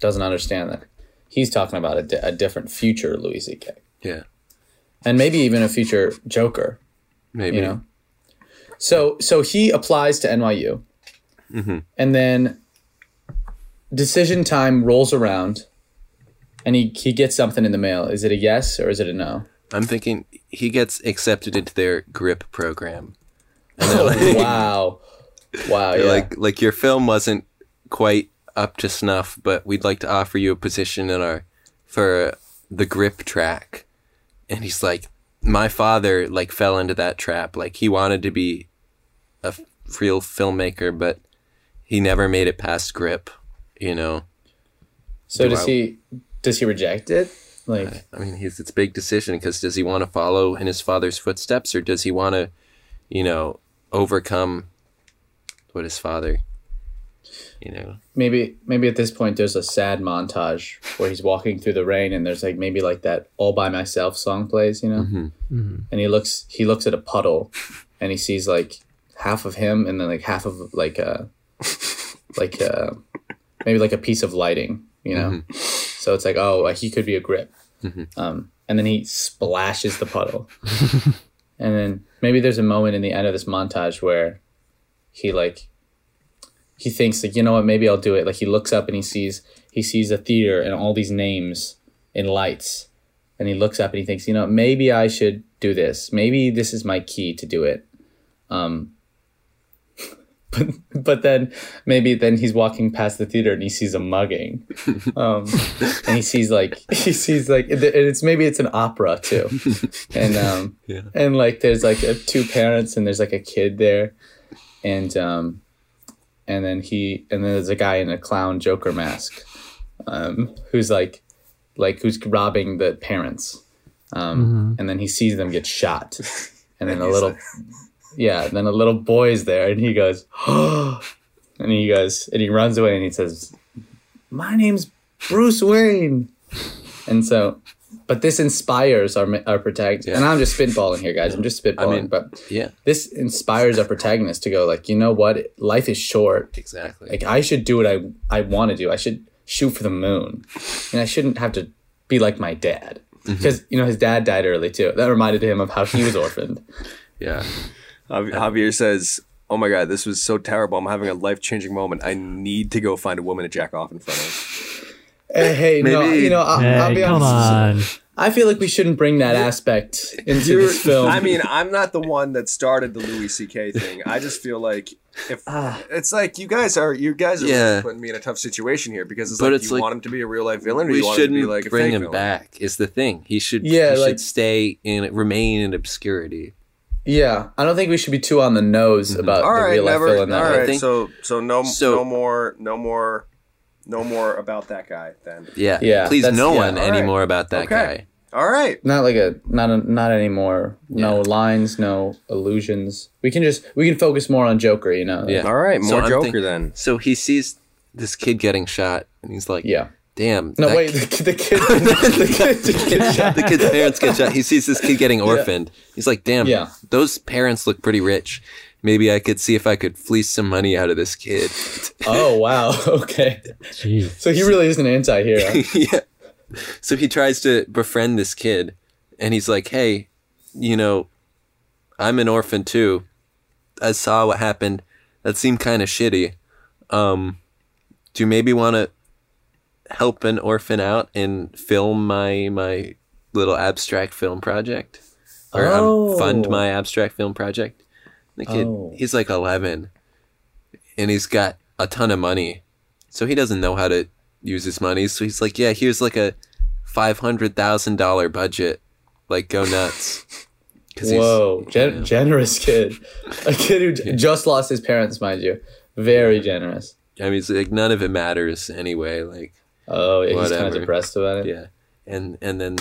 Speaker 5: doesn't understand that he's talking about a, di- a different future Louis C.K.
Speaker 3: Yeah.
Speaker 5: and maybe even a future Joker.
Speaker 3: Maybe.
Speaker 5: you know. So so he applies to NYU, and then decision time rolls around, and he he gets something in the mail. Is it a yes or is it a no?
Speaker 3: I'm thinking he gets accepted into their grip program.
Speaker 5: wow, wow, yeah.
Speaker 3: Like like your film wasn't quite up to snuff, but we'd like to offer you a position in our for the grip track. And he's like, my father like fell into that trap. Like he wanted to be a f- real filmmaker, but he never made it past grip. You know,
Speaker 5: so does
Speaker 3: I-
Speaker 5: he does he reject it? Like
Speaker 3: I mean, he's it's a big decision because does he want to follow in his father's footsteps or does he want to, you know, overcome what his father, you know,
Speaker 5: maybe maybe at this point there's a sad montage where he's walking through the rain and there's like maybe like that all by myself song plays you know and he looks he looks at a puddle and he sees like half of him and then like half of like a like a maybe like a piece of lighting you know so it's like oh he could be a grip um, and then he splashes the puddle and then maybe there's a moment in the end of this montage where he like he thinks like you know what maybe i'll do it like he looks up and he sees he sees a theater and all these names in lights and he looks up and he thinks you know maybe i should do this maybe this is my key to do it um but but then maybe then he's walking past the theater and he sees a mugging um and he sees like he sees like and it's maybe it's an opera too and um and like there's like a, two parents and there's like a kid there and um and then he and then there's a guy in a clown joker mask um who's like like who's robbing the parents um and then he sees them get shot and then a little yeah and then a little boy's there and he goes and he goes and he runs away and he says my name's bruce wayne and so but this inspires our our protagonist and i'm just spitballing here guys i'm just spitballing
Speaker 3: mean-
Speaker 5: but
Speaker 3: yeah,
Speaker 5: this inspires our protagonist to go like you know what life is short
Speaker 3: exactly.
Speaker 5: like i should do what i i want to do i should shoot for the moon and i shouldn't have to be like my dad because you know his dad died early too that reminded him of how he was orphaned
Speaker 3: yeah.
Speaker 2: Jav- Javier says, "Oh my god, this was so terrible. I'm having a life changing moment. I need to go find a woman to jack off in front of."
Speaker 5: hey, hey no
Speaker 2: Maybe-
Speaker 5: you know I'll, I'll
Speaker 4: Hey,
Speaker 5: be
Speaker 4: come
Speaker 5: honest
Speaker 4: on.
Speaker 5: i feel like we shouldn't bring that aspect into this film
Speaker 2: I mean, I'm not the one that started the Louis C.K. thing. I just feel like if it's like you guys are, you guys are
Speaker 3: Yeah.
Speaker 2: putting me in a tough situation here because it's
Speaker 3: But
Speaker 2: like
Speaker 3: it's
Speaker 2: you
Speaker 3: like-
Speaker 2: want him to be a real life villain, or
Speaker 3: We
Speaker 2: you want him to
Speaker 3: shouldn't
Speaker 2: be like a
Speaker 3: bring
Speaker 2: fake
Speaker 3: him
Speaker 2: villain?
Speaker 3: back. Is the thing he should?
Speaker 5: Yeah,
Speaker 3: he
Speaker 5: like-
Speaker 3: should stay in remain in obscurity.
Speaker 5: yeah i don't think we should be too on the nose about
Speaker 2: All
Speaker 5: the
Speaker 2: right,
Speaker 5: real life
Speaker 2: never.
Speaker 5: villain that
Speaker 2: all
Speaker 5: way.
Speaker 2: right,
Speaker 3: think-
Speaker 2: so so no
Speaker 3: So-
Speaker 2: no more no more no more about that guy then.
Speaker 3: Yeah,
Speaker 5: Yeah,
Speaker 3: Please,
Speaker 5: that's-
Speaker 3: no
Speaker 5: yeah,
Speaker 3: one
Speaker 2: all right.
Speaker 3: anymore about that
Speaker 2: Okay.
Speaker 3: guy.
Speaker 2: All right.
Speaker 5: Not like a not a, not anymore. No lines, no illusions. We can just we can focus more on Joker. You know.
Speaker 3: Yeah.
Speaker 2: All right.
Speaker 3: So
Speaker 2: More
Speaker 3: I'm
Speaker 2: Joker
Speaker 3: think-
Speaker 2: then.
Speaker 3: So he sees this kid getting shot, and he's like,
Speaker 5: Yeah.
Speaker 3: damn."
Speaker 5: No
Speaker 3: that
Speaker 5: wait, the, kid- the kid. The kid, the kid shot.
Speaker 3: the kid's parents get shot. He sees this kid getting orphaned. He's like, damn,
Speaker 5: Yeah.
Speaker 3: those parents look pretty rich. Maybe I could see if I could fleece some money out of this kid.
Speaker 5: Oh wow. Okay.
Speaker 4: Jeez.
Speaker 5: So he really is an anti-hero.
Speaker 3: yeah. So he tries to befriend this kid and he's like, hey, you know, I'm an orphan too. I saw what happened. That seemed kind of shitty. Um, do you maybe want to help an orphan out and film my my little abstract film project, or um, fund
Speaker 5: Oh.
Speaker 3: my abstract film project? And the kid,
Speaker 5: Oh.
Speaker 3: he's like eleven, and he's got a ton of money, so he doesn't know how to use his money. So he's like, "Yeah, here's like a five hundred thousand dollar budget. Like, go nuts." 'Cause he's-
Speaker 5: Whoa, gen- generous kid. A kid who j- just lost his parents, mind you. Very generous.
Speaker 3: I mean, it's like none of it matters anyway. Like,
Speaker 5: Oh, yeah, he's kind of
Speaker 3: Whatever.
Speaker 5: depressed about it.
Speaker 3: yeah, and and then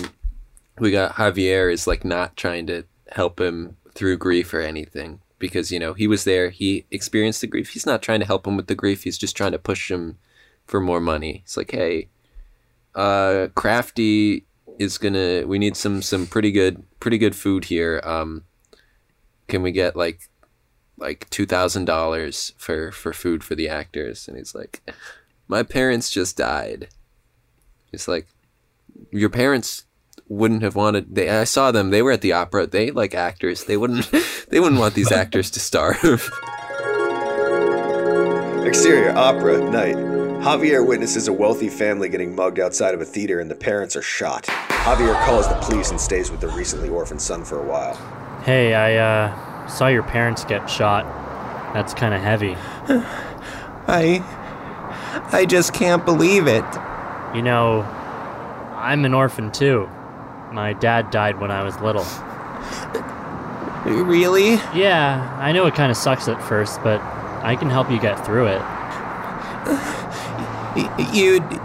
Speaker 3: we got Javier is like not trying to help him through grief or anything because you know he was there. He experienced the grief. He's not trying to help him with the grief. He's just trying to push him for more money. It's like, hey, uh, Crafty is gonna. We need some some pretty good pretty good food here. Um, can we get like like two thousand dollars for for food for the actors? And he's like, my parents just died. It's like, your parents wouldn't have wanted. They I saw them. They were at the opera. They like actors. They wouldn't. They wouldn't want these actors to starve.
Speaker 7: Exterior opera night. Javier witnesses a wealthy family getting mugged outside of a theater and the parents are shot. Javier calls the police and stays with the recently orphaned son for a while.
Speaker 4: Hey, I uh, saw your parents get shot. That's kind of heavy.
Speaker 6: I. I just can't believe it.
Speaker 4: You know, I'm an orphan too. My dad died when I was little.
Speaker 6: Really?
Speaker 4: Yeah, I know it kind of sucks at first, but I can help you get through it.
Speaker 6: Y- You'd.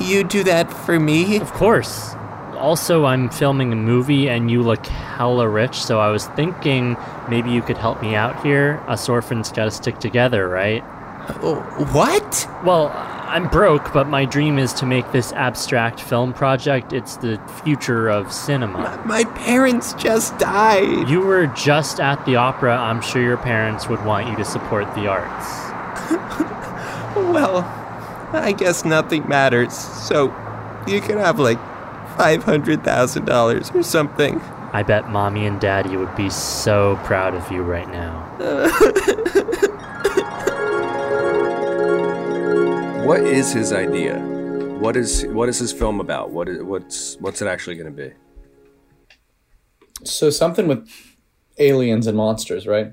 Speaker 6: You'd do that for me?
Speaker 4: Of course. Also, I'm filming a movie and you look hella rich, so I was thinking maybe you could help me out here. Us orphans gotta stick together, right?
Speaker 6: What?
Speaker 4: Well, I'm broke, but my dream is to make this abstract film project. It's the future of cinema.
Speaker 6: My parents just died.
Speaker 4: You were just at the opera. I'm sure your parents would want you to support the arts.
Speaker 6: Well, I guess nothing matters. So, you can have like $500,000 or something.
Speaker 4: I bet mommy and daddy would be so proud of you right now.
Speaker 2: What is his idea? What is what is his film about? What is what's what's it actually going to be?
Speaker 5: So something with aliens and monsters, right?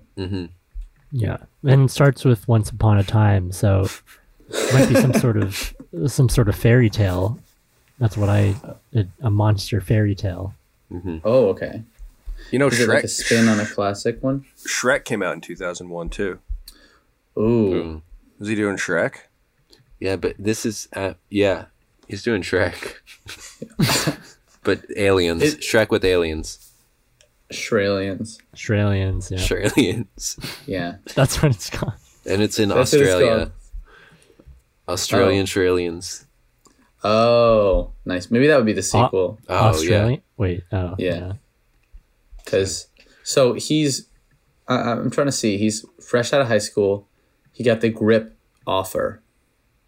Speaker 4: Yeah. And it starts with Once Upon a Time, so it might be some sort of some sort of fairy tale. That's what I a, a monster fairy tale.
Speaker 5: Oh, okay.
Speaker 2: You know,
Speaker 5: Is it like
Speaker 2: Shrek.
Speaker 5: a spin on a classic one?
Speaker 2: Shrek came out in 2001 too.
Speaker 5: Ooh.
Speaker 2: Was he doing Shrek?
Speaker 3: Yeah, but this is uh, yeah. He's doing Shrek, but aliens. Shrek with aliens.
Speaker 5: Australians.
Speaker 4: Australians, yeah.
Speaker 3: Australians,
Speaker 5: Yeah.
Speaker 4: That's what it's called.
Speaker 3: and it's in
Speaker 5: That's what it's
Speaker 3: Australia. Australian Australians.
Speaker 5: called. Oh, nice. Maybe that would be the sequel.
Speaker 3: Oh
Speaker 4: Australian? Wait, oh.
Speaker 5: Yeah. Because so he's, I I'm trying to see. He's fresh out of high school. He got the grip offer.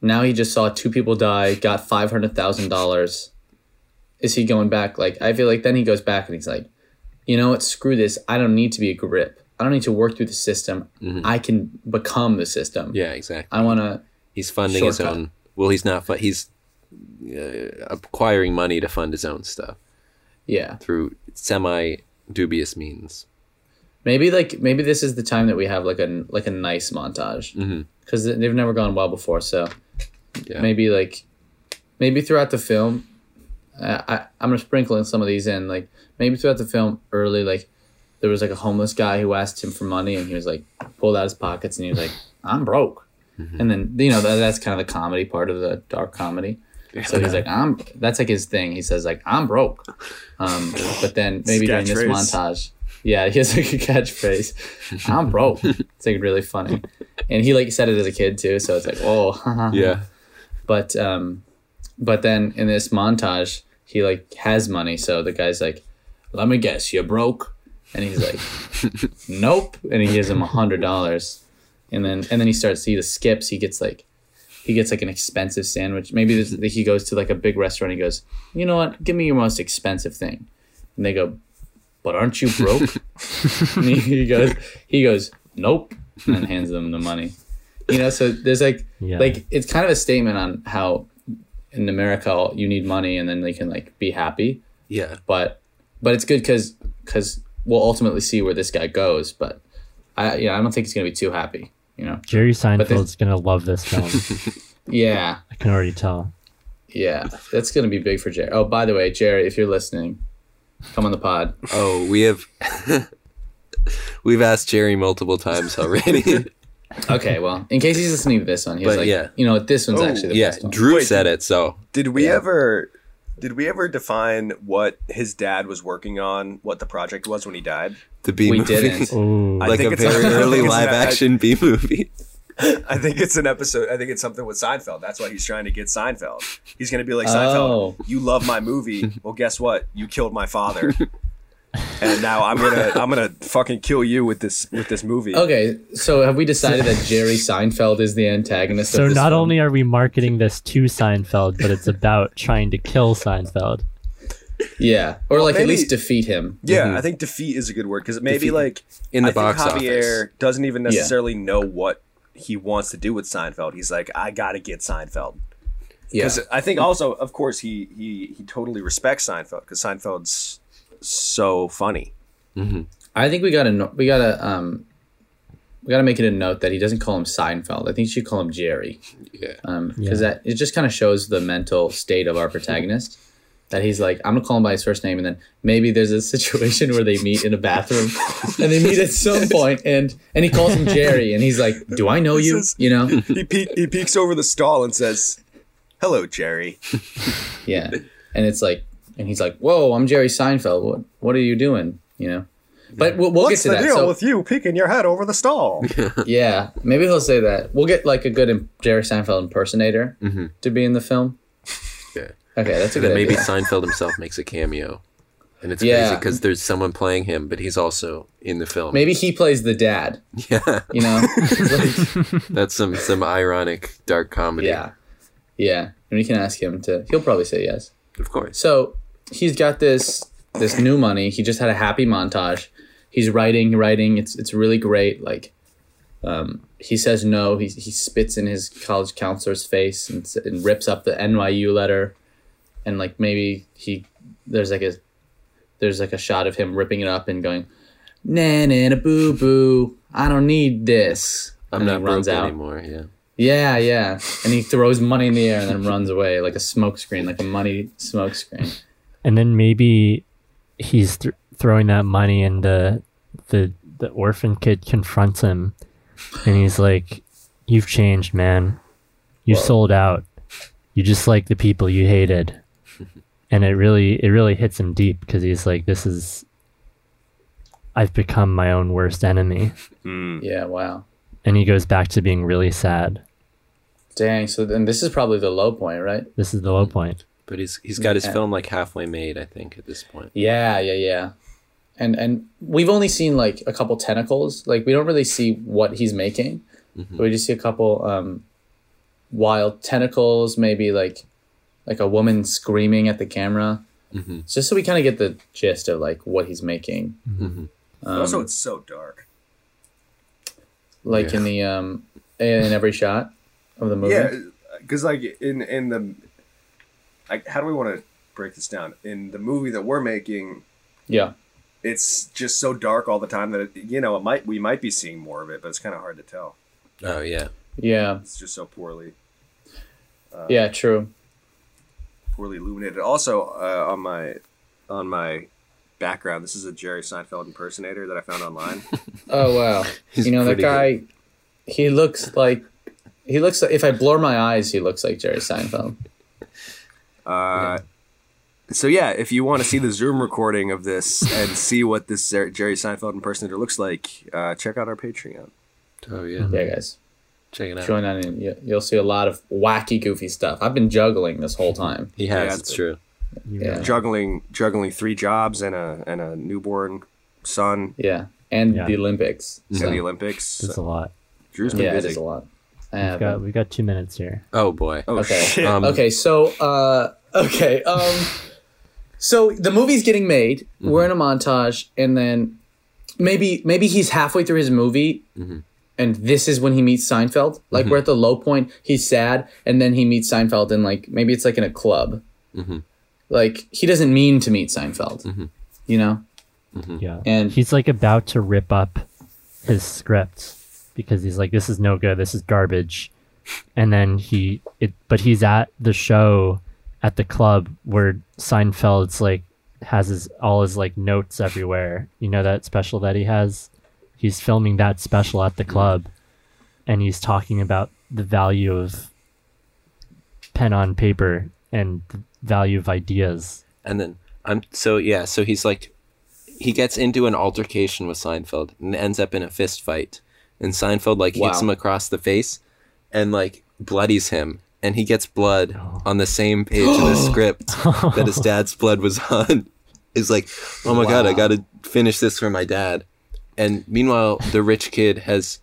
Speaker 5: Now he just saw two people die. Got five hundred thousand dollars. Is he going back? Like I feel like then he goes back and he's like, you know what? Screw this. I don't need to be a grip. I don't need to work through the system. I can become the system.
Speaker 3: Mm-hmm. yeah, yeah, exactly.
Speaker 5: I want to.
Speaker 3: He's funding his
Speaker 5: Shortcut.
Speaker 3: own. Well, he's not. Fu- he's uh, acquiring money to fund his own stuff
Speaker 5: Yeah.
Speaker 3: through semi dubious means.
Speaker 5: Maybe like maybe this is the time that we have like a like a nice montage because they've never gone well before. So
Speaker 3: Yeah.
Speaker 5: maybe like maybe throughout the film, uh, I I'm gonna sprinkle in some of these in. Like maybe throughout the film early, like there was like a homeless guy who asked him for money, and he was like pulled out his pockets, and he was like, "I'm broke," and then you know that, that's kind of the comedy part of the dark comedy. So he's like, I'm. That's like his thing. He says like, I'm broke. Um, but then maybe during this
Speaker 2: Catchphrase.
Speaker 5: montage, yeah, he has like a catchphrase. I'm broke. It's like really funny, and he like said it as a kid too. So it's like, "Oh, whoa.
Speaker 3: Yeah.
Speaker 5: But um, but then in this montage, he like has money. So the guy's like, let me guess, you're broke. And he's like, nope. And he gives him a hundred dollars. And then and then he starts he just skips. He gets like he gets like an expensive sandwich. Maybe this, he goes to like a big restaurant. He goes, you know what? Give me your most expensive thing. And they go, but aren't you broke? and he, he goes, he goes, nope. And then hands them the money. You know, so there's like
Speaker 4: Yeah.
Speaker 5: like it's kind of a statement on how in America you need money and then they can like be happy
Speaker 3: Yeah.
Speaker 5: but but it's good because we'll ultimately see where this guy goes. But I you know I don't think he's gonna be too happy. You know.
Speaker 4: Jerry Seinfeld's
Speaker 5: this-
Speaker 4: gonna love this film.
Speaker 5: Yeah,
Speaker 4: I can already tell.
Speaker 5: yeah, that's gonna be big for Jerry. Oh, by the way, Jerry, if you're listening, come on the pod.
Speaker 3: Oh, we have we've asked Jerry multiple times already.
Speaker 5: Okay, well, in case he's listening to this one, he's
Speaker 3: But
Speaker 5: like,
Speaker 3: yeah.
Speaker 5: you know, what, this one's
Speaker 2: Oh,
Speaker 5: actually the
Speaker 3: yeah,
Speaker 5: best one.
Speaker 3: Drew
Speaker 2: Wait,
Speaker 3: said it, so
Speaker 2: Did we ever did we ever define what his dad was working on, what the project was when he died?
Speaker 3: the B
Speaker 5: we
Speaker 3: movie.
Speaker 5: didn't.
Speaker 4: Ooh,
Speaker 2: I
Speaker 3: Like
Speaker 2: think
Speaker 3: a
Speaker 2: it's a-
Speaker 3: very
Speaker 2: I think
Speaker 3: early
Speaker 2: it's an-
Speaker 3: live action B movie.
Speaker 2: I think it's an episode. I think it's something with Seinfeld. That's why he's trying to get Seinfeld. He's going to be like Seinfeld.
Speaker 5: Oh.
Speaker 2: You love my movie. Well, guess what? You killed my father, and now I'm gonna I'm gonna fucking kill you with this with this movie.
Speaker 5: Okay, so have we decided that Jerry Seinfeld is the antagonist?
Speaker 4: So
Speaker 5: of this
Speaker 4: not
Speaker 5: film?
Speaker 4: only are we marketing this to Seinfeld, but it's about trying to kill Seinfeld.
Speaker 5: yeah, or like at
Speaker 2: maybe-
Speaker 5: least defeat him. Mm-hmm.
Speaker 2: Yeah, I think defeat is a good word because maybe
Speaker 3: Defeat.
Speaker 2: like
Speaker 3: In the
Speaker 2: I
Speaker 3: box
Speaker 2: think Javier doesn't even
Speaker 5: Yeah.
Speaker 2: necessarily know what he wants to do with Seinfeld. He's like, I gotta get Seinfeld.
Speaker 5: Yeah,
Speaker 2: Because I think also, of course, he he he totally respects Seinfeld because Seinfeld's so funny.
Speaker 5: I think we gotta no- we gotta um we gotta make it a note that he doesn't call him Seinfeld. I think you should call him Jerry.
Speaker 3: Yeah.
Speaker 5: because that it just kind of shows the mental state of our protagonist. That he's like, I'm gonna call him by his first name, and then maybe there's a situation where they meet in a bathroom, and they meet at some point, and and he calls him Jerry, and he's like, Do I know you?
Speaker 2: is-
Speaker 5: You know?
Speaker 2: He pe- he peeks over the stall and says, "Hello, Jerry."
Speaker 5: Yeah. And it's like, and he's like, Whoa, I'm Jerry Seinfeld. What what are you doing? You know? But we'll, we'll get to that. So-
Speaker 2: you peeking your head over the stall?
Speaker 5: Yeah, maybe he'll say that. We'll get like a good im- Jerry Seinfeld impersonator to be in the film.
Speaker 3: Yeah.
Speaker 5: Okay, that's a good
Speaker 3: That Mm-hmm. maybe
Speaker 5: idea.
Speaker 3: Seinfeld himself makes a cameo. And it's
Speaker 5: Yeah.
Speaker 3: crazy because there's someone playing him, but he's also in the film.
Speaker 5: Maybe he plays the dad.
Speaker 3: Yeah.
Speaker 5: You know?
Speaker 3: That's some some ironic dark comedy.
Speaker 5: yeah, yeah. And we can ask him to. He'll probably say yes.
Speaker 3: Of course.
Speaker 5: So he's got this this new money. He just had a happy montage. He's writing, writing. It's it's really great. Like, um, he says no. He he spits in his college counselor's face and, s- and rips up the NYU letter, and like maybe he there's like a there's like a shot of him ripping it up and going, na na na boo boo. I don't need this.
Speaker 3: I'm
Speaker 5: And
Speaker 3: not
Speaker 5: he
Speaker 3: broke anymore. Yeah.
Speaker 5: yeah, yeah. And he throws money in the air and then runs away like a smoke screen, like a money smoke screen.
Speaker 4: And then maybe he's th- throwing that money, and the the the orphan kid confronts him, and he's like, "You've changed, man. You sold out. You just like the people you hated." And it really it really hits him deep because he's like, "This is." I've become my own worst enemy.
Speaker 5: Yeah, wow.
Speaker 4: And he goes back to being really sad.
Speaker 5: Dang, so then this is probably the low point, right?
Speaker 4: This is the low point.
Speaker 3: But he's he's got his
Speaker 5: Yeah.
Speaker 3: film like halfway made, I think, at this point.
Speaker 5: Yeah, yeah, yeah. And and we've only seen like a couple tentacles. Like we don't really see what he's making. We just see a couple um wild tentacles, maybe like like a woman screaming at the camera. It's Just so we kind of get the gist of like what he's making. Um,
Speaker 2: also, it's so dark.
Speaker 5: Like in the um in every shot of the movie.
Speaker 2: Yeah, because like in in the like, how do we want to break this down? In the movie that we're making,
Speaker 5: yeah.
Speaker 2: it's just so dark all the time that it, you know it might we might be seeing more of it, but it's kind of hard to tell.
Speaker 3: Oh yeah.
Speaker 5: Yeah,
Speaker 2: It's just so poorly
Speaker 5: yeah, true.
Speaker 2: poorly illuminated. Also, uh, on my on my background, this is a Jerry Seinfeld impersonator that I found online.
Speaker 5: Oh wow, you know that
Speaker 3: pretty
Speaker 5: guy. He looks like he looks. Like, if I blur my eyes, he looks like Jerry Seinfeld.
Speaker 2: Uh, So yeah, if you want to see the Zoom recording of this and see what this Zer- Jerry Seinfeld impersonator looks like, uh, check out our Patreon.
Speaker 3: Oh yeah,
Speaker 5: Yeah, guys.
Speaker 3: check it out.
Speaker 5: Join on in. You- You'll see a lot of wacky, goofy stuff. I've been juggling this whole time.
Speaker 3: He has.
Speaker 2: Yeah,
Speaker 3: it's
Speaker 2: but-
Speaker 3: true.
Speaker 5: Yeah.
Speaker 2: Juggling juggling three jobs and a and a newborn son
Speaker 5: Yeah. And
Speaker 4: Yeah.
Speaker 5: the Olympics. So,
Speaker 2: and the Olympics.
Speaker 4: It's a lot.
Speaker 2: Drew's been
Speaker 5: yeah, it
Speaker 2: busy.
Speaker 5: is a lot.
Speaker 4: We've
Speaker 5: Um,
Speaker 4: got we've got two minutes here.
Speaker 3: Oh boy.
Speaker 2: Oh
Speaker 5: Okay.
Speaker 2: shit!
Speaker 3: Um,
Speaker 5: okay so uh okay um so the movie's getting made we're in a montage and then maybe maybe he's halfway through his movie and this is when he meets seinfeld like we're at the low point he's sad and then he meets seinfeld and like maybe it's like in a club like he doesn't mean to meet seinfeld you know
Speaker 4: Yeah.
Speaker 5: And-
Speaker 4: he's like about to rip up his script because he's like, This is no good, this is garbage. And then he it but he's at the show at the club where Seinfeld's like has his all his like notes everywhere. You know that special that he has? He's filming that special at the club and he's talking about the value of pen on paper and the value of ideas.
Speaker 3: And then I'm so yeah, so he's like he gets into an altercation with Seinfeld and ends up in a fist fight. And Seinfeld like hits
Speaker 5: Wow.
Speaker 3: him across the face and like bloodies him and he gets blood on the same page of the script that his dad's blood was on. He's like, "Oh my god, I got to finish this for my dad." And meanwhile, the rich kid has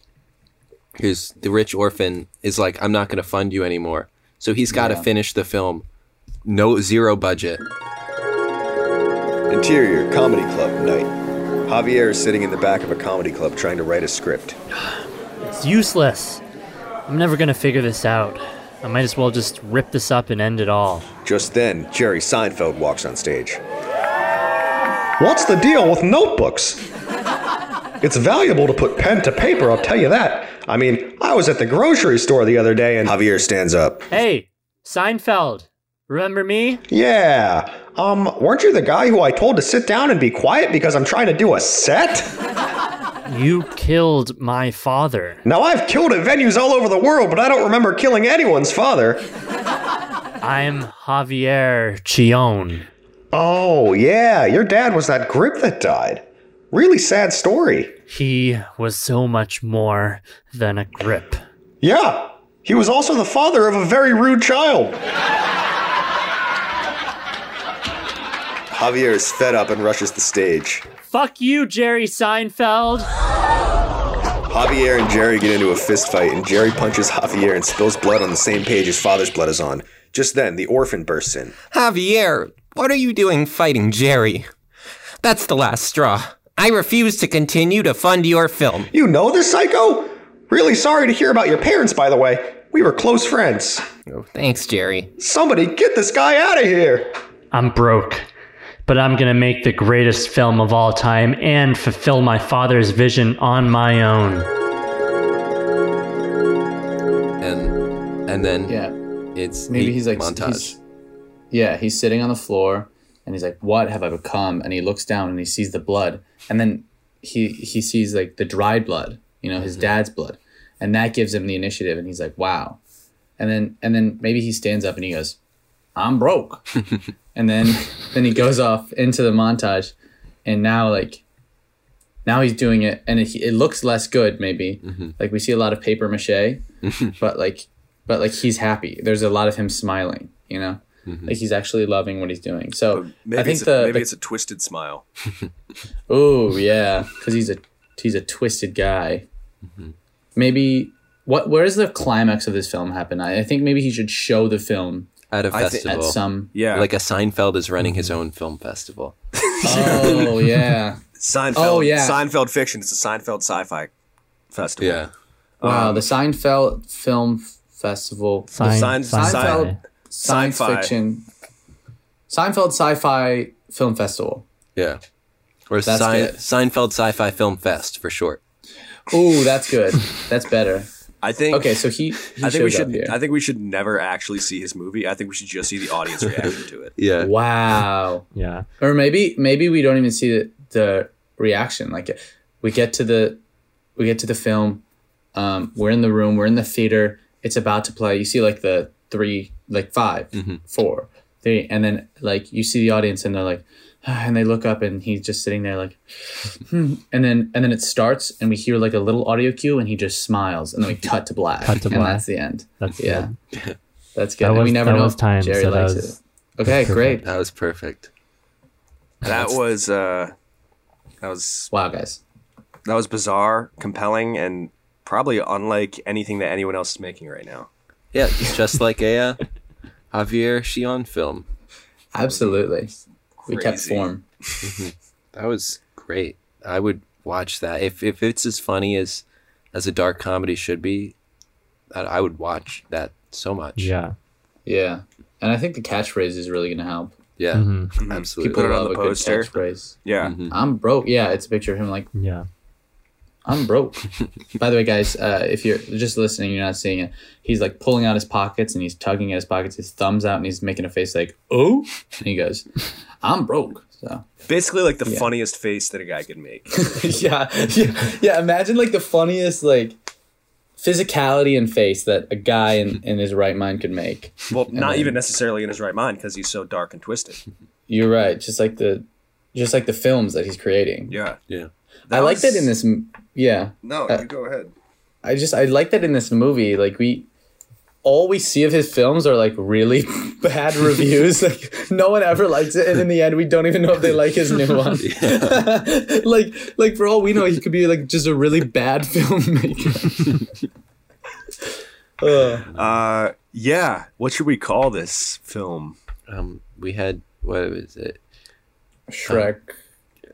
Speaker 3: who's the rich orphan is like, "I'm not going to fund you anymore." So he's got to finish the film. No zero budget.
Speaker 7: Interior Comedy Club night. Javier is sitting in the back of a comedy club trying to write a script.
Speaker 8: It's useless. I'm never gonna figure this out. I might as well just rip this up and end it all.
Speaker 7: Just then, Jerry Seinfeld walks on stage. What's the deal with notebooks? It's valuable to put pen to paper, I'll tell you that. I mean, I was at the grocery store the other day and Javier stands up.
Speaker 8: Hey, Seinfeld, remember me?
Speaker 7: Yeah. Um, weren't you the guy who I told to sit down and be quiet because I'm trying to do a set?
Speaker 8: You killed my father.
Speaker 7: Now I've killed at venues all over the world, but I don't remember killing anyone's father.
Speaker 8: I'm Javier Chion.
Speaker 7: Oh, yeah, your dad was that grip that died. Really sad story.
Speaker 8: He was so much more than a grip.
Speaker 7: Yeah, he was also the father of a very rude child. Javier is fed up and rushes the stage.
Speaker 8: Fuck you, Jerry Seinfeld.
Speaker 7: Javier and Jerry get into a fist fight, and Jerry punches Javier and spills blood on the same page his father's blood is on. Just then, the orphan bursts in.
Speaker 6: Javier, what are you doing fighting Jerry? That's the last straw. I refuse to continue to fund your film.
Speaker 7: You know this psycho? Really sorry to hear about your parents, by the way. We were close friends.
Speaker 6: Thanks, Jerry.
Speaker 7: Somebody get this guy out of here!
Speaker 8: I'm broke, but I'm gonna make the greatest film of all time and fulfill my father's vision on my own.
Speaker 3: and and then
Speaker 5: yeah
Speaker 3: it's
Speaker 5: maybe
Speaker 3: the
Speaker 5: he's like
Speaker 3: montage.
Speaker 5: he's- yeah he's sitting on the floor and he's like what have i become and he looks down and he sees the blood and then he he sees like the dried blood you know his dad's blood and that gives him the initiative and he's like wow and then and then maybe he stands up and he goes i'm broke and then then he goes off into the montage and now like now he's doing it and it, it looks less good maybe like we see a lot of paper mache but like but like he's happy there's a lot of him smiling you know like he's actually loving what he's doing so
Speaker 2: Maybe,
Speaker 5: i think
Speaker 2: it's a,
Speaker 5: the,
Speaker 2: maybe it's a twisted smile.
Speaker 5: oh yeah because he's a he's a twisted guy maybe what where does the climax of this film happen I, I think maybe he should show the film
Speaker 3: at a
Speaker 2: I thi- at
Speaker 3: festival.
Speaker 5: at some Mm-hmm.
Speaker 2: Yeah,
Speaker 3: Like a Seinfeld is running his own film festival.
Speaker 5: oh yeah
Speaker 2: Seinfeld.
Speaker 5: Oh, yeah.
Speaker 2: Seinfeld fiction. It's a Seinfeld sci-fi festival.
Speaker 5: wow Uh, the seinfeld film festival
Speaker 4: Sein-
Speaker 2: Sein-
Speaker 5: seinfeld
Speaker 4: Seinfeld.
Speaker 5: science
Speaker 2: Sci-fi.
Speaker 5: fiction seinfeld sci-fi film festival
Speaker 3: yeah. Or
Speaker 5: That's
Speaker 3: Sein-
Speaker 5: good.
Speaker 3: Seinfeld Sci-Fi Film Fest for short.
Speaker 5: Ooh, that's good. That's better.
Speaker 2: I think.
Speaker 5: Okay, so he, he
Speaker 2: I think we
Speaker 5: shows up
Speaker 2: should.
Speaker 5: here.
Speaker 2: I think we should never actually see his movie. I think we should just see the audience reaction to it.
Speaker 3: Yeah.
Speaker 5: wow.
Speaker 4: Yeah.
Speaker 5: Or maybe maybe we don't even see the, the reaction. Like we get to the we get to the film. Um, we're in the
Speaker 4: Mm-hmm.
Speaker 5: room. We're in the theater. It's about to play. You see like the three, like 5 four, three, and then like you see the audience and they're like, ah, and they look up and he's just sitting there like, hmm. and then and then it starts and we hear like a little audio cue and he just smiles and then we cut to black.
Speaker 4: Cut to
Speaker 5: and
Speaker 4: black.
Speaker 5: that's the end.
Speaker 4: That's
Speaker 5: yeah,
Speaker 4: good.
Speaker 5: that's good.
Speaker 4: That
Speaker 5: And we
Speaker 4: was-
Speaker 5: never
Speaker 4: that
Speaker 5: know
Speaker 4: was
Speaker 5: if
Speaker 4: times
Speaker 5: Jerry
Speaker 4: that I
Speaker 5: likes
Speaker 4: was-
Speaker 5: it. Okay, great.
Speaker 3: That was perfect.
Speaker 2: That was uh, that was
Speaker 5: Wow, guys.
Speaker 2: that was bizarre, compelling, and probably unlike anything that anyone else is making right now.
Speaker 3: Yeah, just like a uh, Javier Shion film.
Speaker 5: Absolutely. We kept
Speaker 2: Crazy.
Speaker 5: form.
Speaker 3: That was great. I would watch that if if it's as funny as as a dark comedy should be. I, I would watch that so much.
Speaker 4: Yeah.
Speaker 5: Yeah. And I think the catchphrase is really gonna help.
Speaker 3: yeah,
Speaker 4: Mhm.
Speaker 3: absolutely.
Speaker 5: People
Speaker 2: Put it on
Speaker 5: love
Speaker 2: the
Speaker 5: a good
Speaker 2: poster.
Speaker 5: catchphrase.
Speaker 2: Yeah,
Speaker 5: I'm broke. Yeah, it's a picture of him like
Speaker 4: Yeah.
Speaker 5: I'm broke. By the way, guys, uh, if you're just listening, you're not seeing it. He's like pulling out his pockets and he's tugging at his pockets, his thumbs out, and he's making a face like, "Oh," and he goes, "I'm broke." So
Speaker 2: basically like the funniest face that a guy could make.
Speaker 5: yeah, yeah, yeah. Imagine like the funniest like physicality and face that a guy in, in his right mind could make.
Speaker 2: Well, not even necessarily in his right mind because he's so dark and twisted.
Speaker 5: You're right. Just like the, just like the films that he's creating.
Speaker 2: Yeah,
Speaker 3: Yeah.
Speaker 5: I like
Speaker 2: was-
Speaker 5: that in this. uh, m- Yeah,
Speaker 2: No, you go ahead.
Speaker 5: I just I like that in this movie, like we all we see of his films are like really bad reviews. like no one ever likes it, and in the end, we don't even know if they like his new one. like like for all we know, he could be like just a really bad filmmaker. Uh,
Speaker 2: Uh, yeah. What should we call this film?
Speaker 3: Um, we had what was it?
Speaker 5: Shrek.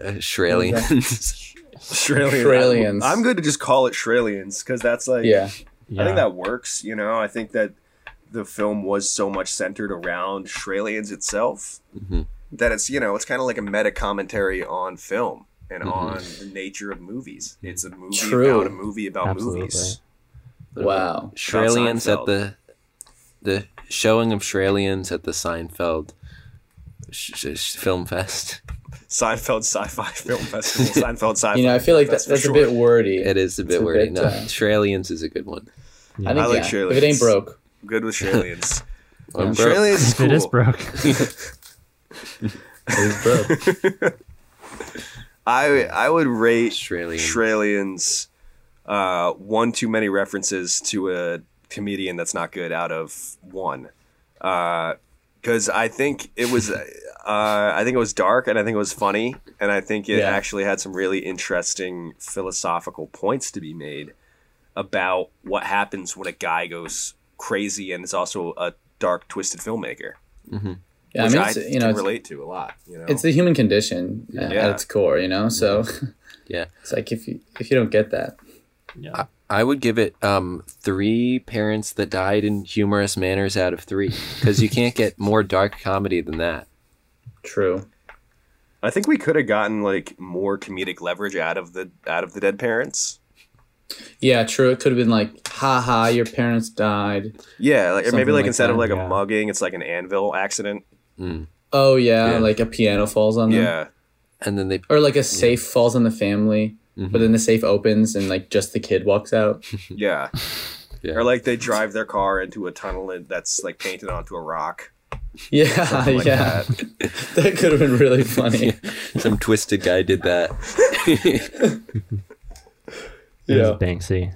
Speaker 2: Uh,
Speaker 3: Australians.
Speaker 2: Australian.
Speaker 5: Australians.
Speaker 2: I'm good to just call it Australians because that's like
Speaker 5: Yeah,
Speaker 4: Yeah.
Speaker 2: I think that works. You know, I think that the film was so much centered around Australians itself
Speaker 4: Mm-hmm.
Speaker 2: that it's you know it's kind of like a meta commentary on film and
Speaker 4: Mm-hmm.
Speaker 2: on the nature of movies. It's a movie
Speaker 5: True.
Speaker 2: about a movie about
Speaker 4: Absolutely.
Speaker 2: movies. uh,
Speaker 5: wow.
Speaker 3: Australians at
Speaker 2: Seinfeld.
Speaker 3: the the showing of Australians at the Seinfeld sh- sh- sh- film fest.
Speaker 2: Seinfeld Sci-Fi Film Festival. Seinfeld Sci-Fi.
Speaker 5: You know, I feel like
Speaker 2: That's
Speaker 5: that's,
Speaker 2: for
Speaker 5: that's,
Speaker 2: sure.
Speaker 5: a bit wordy.
Speaker 3: It is a bit
Speaker 5: a
Speaker 3: wordy.
Speaker 5: bit,
Speaker 3: no,
Speaker 5: uh,
Speaker 3: Australians is a good one.
Speaker 5: I think
Speaker 2: I like
Speaker 5: yeah,
Speaker 2: Shirley.
Speaker 5: if it ain't broke,
Speaker 2: good with Australians.
Speaker 3: I'm broke.
Speaker 2: Australians is cool.
Speaker 4: It is broke.
Speaker 5: it's broke.
Speaker 2: I I would rate
Speaker 3: Australian.
Speaker 2: Australians uh, one too many references to a comedian that's not good out of one. Because I think it was, uh, I think it was dark, and I think it was funny, and I think it
Speaker 5: Yeah.
Speaker 2: actually had some really interesting philosophical points to be made about what happens when a guy goes crazy and is also a dark, twisted filmmaker,
Speaker 5: Yeah, I
Speaker 2: which
Speaker 5: mean,
Speaker 2: I,
Speaker 5: it's, you know,
Speaker 2: can
Speaker 5: it's,
Speaker 2: relate to a lot. You know,
Speaker 5: it's the human condition uh,
Speaker 2: Yeah. Mm-hmm.
Speaker 5: at its core, you know. So
Speaker 3: Yeah.
Speaker 5: it's like if you if you don't get that,
Speaker 3: I would give it um, three parents that died in humorous manners out of three because you can't get more dark comedy than that.
Speaker 5: true.
Speaker 2: I think we could have gotten like more comedic leverage out of the out of the dead parents.
Speaker 5: Yeah, true. It could have been like, ha ha, your parents died.
Speaker 2: Yeah, like or maybe
Speaker 5: Something
Speaker 2: like,
Speaker 5: like
Speaker 2: instead of
Speaker 5: that,
Speaker 2: like
Speaker 4: yeah.
Speaker 2: a mugging, it's like an anvil accident.
Speaker 5: Oh yeah,
Speaker 3: Yeah.
Speaker 5: like a piano falls on them,
Speaker 2: Yeah,
Speaker 3: And then they
Speaker 5: or like a safe falls on the family,
Speaker 2: Mm-hmm.
Speaker 5: but then the safe opens and like just the kid walks out.
Speaker 2: yeah.
Speaker 3: Yeah.
Speaker 2: Or like they drive their car into a tunnel and that's like painted onto a rock.
Speaker 5: Yeah,
Speaker 2: Like
Speaker 5: yeah,
Speaker 2: that.
Speaker 5: that. could have been really funny.
Speaker 3: some twisted guy did that.
Speaker 4: It was
Speaker 5: Yeah.
Speaker 4: Banksy.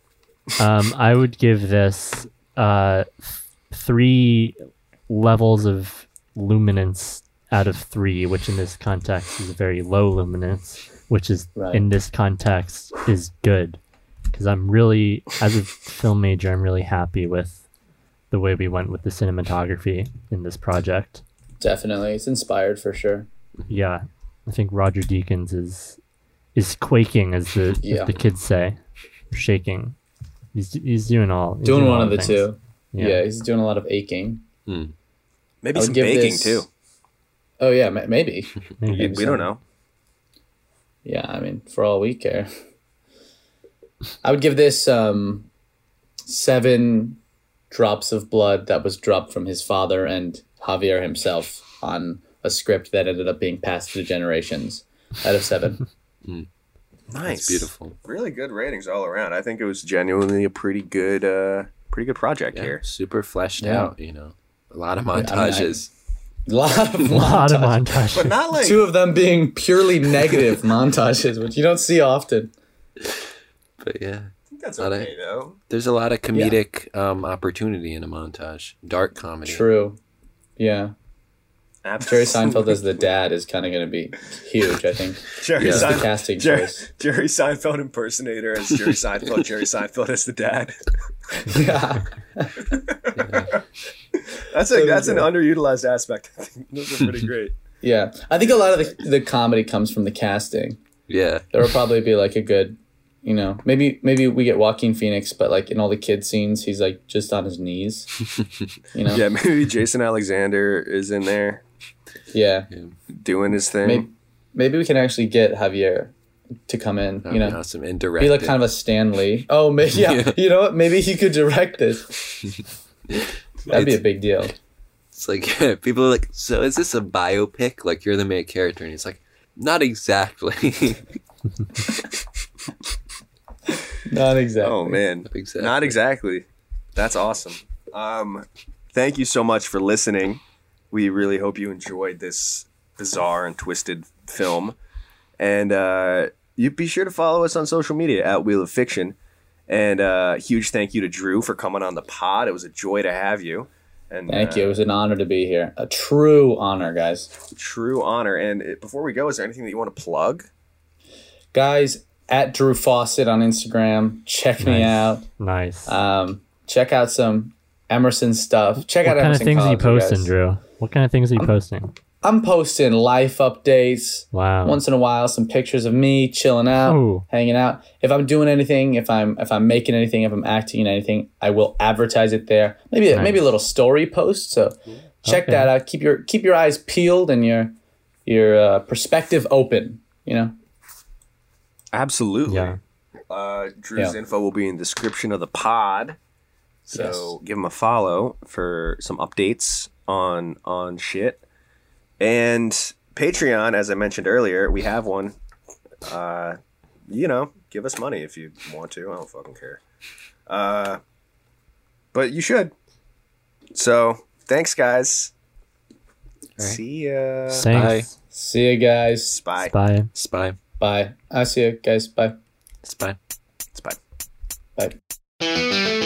Speaker 4: um, I would give this uh, th- three levels of luminance out of three, which in this context is a very low luminance, which is
Speaker 5: Right.
Speaker 4: in this context is good because I'm really, as a film major, I'm really happy with the way we went with the cinematography in this project.
Speaker 5: Definitely, it's inspired for sure.
Speaker 4: Yeah, I think Roger Deakins is is quaking, as the as
Speaker 5: Yeah.
Speaker 4: the kids say, shaking. He's he's doing all he's
Speaker 5: Doing one
Speaker 4: all
Speaker 5: of the
Speaker 4: things.
Speaker 5: two.
Speaker 4: Yeah.
Speaker 5: Yeah. he's doing a lot of aching.
Speaker 2: Maybe
Speaker 5: I would
Speaker 2: some
Speaker 5: give
Speaker 2: baking
Speaker 5: this-
Speaker 2: too.
Speaker 5: Oh yeah, ma- maybe.
Speaker 4: Maybe.
Speaker 2: We don't know.
Speaker 5: Yeah, I mean, for all we care. I would give this um, seven drops of blood that was dropped from his father and Javier himself on a script that ended up being passed through generations out of seven.
Speaker 2: Nice,
Speaker 3: It's beautiful.
Speaker 2: Really good ratings all around. I think it was genuinely a pretty good, uh pretty good project
Speaker 3: Yeah,
Speaker 2: here.
Speaker 3: super fleshed
Speaker 5: Yeah.
Speaker 3: out. You know, a A lot of montages.
Speaker 5: lot of
Speaker 4: A lot of
Speaker 5: montages.
Speaker 4: montages.
Speaker 2: But not like
Speaker 5: Two of them being purely negative montages, which you don't see often.
Speaker 3: but yeah,
Speaker 2: that's
Speaker 3: not
Speaker 2: okay though.
Speaker 3: there's a lot of comedic um, opportunity in a montage. Dark comedy.
Speaker 5: True. Yeah. Jerry
Speaker 2: Absolutely.
Speaker 5: Seinfeld as the dad is kind of going to be huge, I think.
Speaker 2: Jerry
Speaker 5: It's the
Speaker 2: Seinfeld.
Speaker 5: casting
Speaker 2: Jerry,
Speaker 5: choice.
Speaker 2: Jerry Seinfeld impersonator as Jerry Seinfeld. Jerry Seinfeld as the dad.
Speaker 5: Yeah.
Speaker 2: That's a, that's an underutilized aspect. I think those are pretty great.
Speaker 5: Yeah. I think a lot of the, the comedy comes from the casting.
Speaker 3: Yeah.
Speaker 5: There will probably be like a good, you know, maybe maybe we get Joaquin Phoenix, but like in all the kid scenes, he's like just on his knees. You know?
Speaker 2: Yeah, maybe Jason Alexander is in there
Speaker 5: yeah.
Speaker 2: doing his thing.
Speaker 5: Maybe, maybe we can actually get Javier to come in,
Speaker 3: That'd
Speaker 5: you
Speaker 3: be
Speaker 5: know,
Speaker 3: awesome. And direct.
Speaker 5: be like kind of a Stan Lee. Oh, maybe, yeah,
Speaker 3: Yeah.
Speaker 5: You know what? Maybe he could direct this. That'd be a big deal.
Speaker 3: It's like people are like, so is this a biopic? Like you're the main character, and he's like, not exactly.
Speaker 5: Not exactly.
Speaker 2: Oh man,
Speaker 3: Exactly.
Speaker 2: not exactly. That's awesome. Um, thank you so much for listening. We really hope you enjoyed this bizarre and twisted film, and uh, you be sure to follow us on social media at Wheel of Fiction. And uh, huge thank you to Drew for coming on the pod. It was a joy to have you. And
Speaker 5: Thank
Speaker 2: uh,
Speaker 5: you. It was an honor to be here. A true honor, guys.
Speaker 2: True honor. And uh, before we go, is there anything that you want to plug?
Speaker 5: Guys, at Drew Fawcett on Instagram, check me out.
Speaker 4: Nice.
Speaker 5: Um, check out some Emerson stuff. Check
Speaker 4: what
Speaker 5: out
Speaker 4: kind of
Speaker 5: Emerson
Speaker 4: things are you
Speaker 5: College,
Speaker 4: posting,
Speaker 5: guys.
Speaker 4: Drew? What kind of things are you posting?
Speaker 5: I'm posting life updates.
Speaker 4: Wow.
Speaker 5: once in a while some pictures of me chilling out
Speaker 4: Oh.
Speaker 5: hanging out if i'm doing anything if i'm if i'm making anything if i'm acting in anything i will advertise it there maybe maybe a little story post so check
Speaker 4: Okay.
Speaker 5: that out keep your keep your eyes peeled and your your uh, perspective open you know
Speaker 2: Absolutely.
Speaker 4: Yeah.
Speaker 2: Uh, Drew's
Speaker 5: Yeah.
Speaker 2: info will be in the description of the pod. So give him a follow for some updates on on shit. And Patreon, as I mentioned earlier, we have one. Uh, you know, give us money if you want to. I don't fucking care. Uh, but you should. So thanks, guys. See ya.
Speaker 5: Uh,
Speaker 4: Thanks.
Speaker 5: see you guys
Speaker 2: Bye.
Speaker 4: Bye.
Speaker 3: Spy.
Speaker 5: bye i see you guys bye
Speaker 3: Spy.
Speaker 2: Bye.
Speaker 5: bye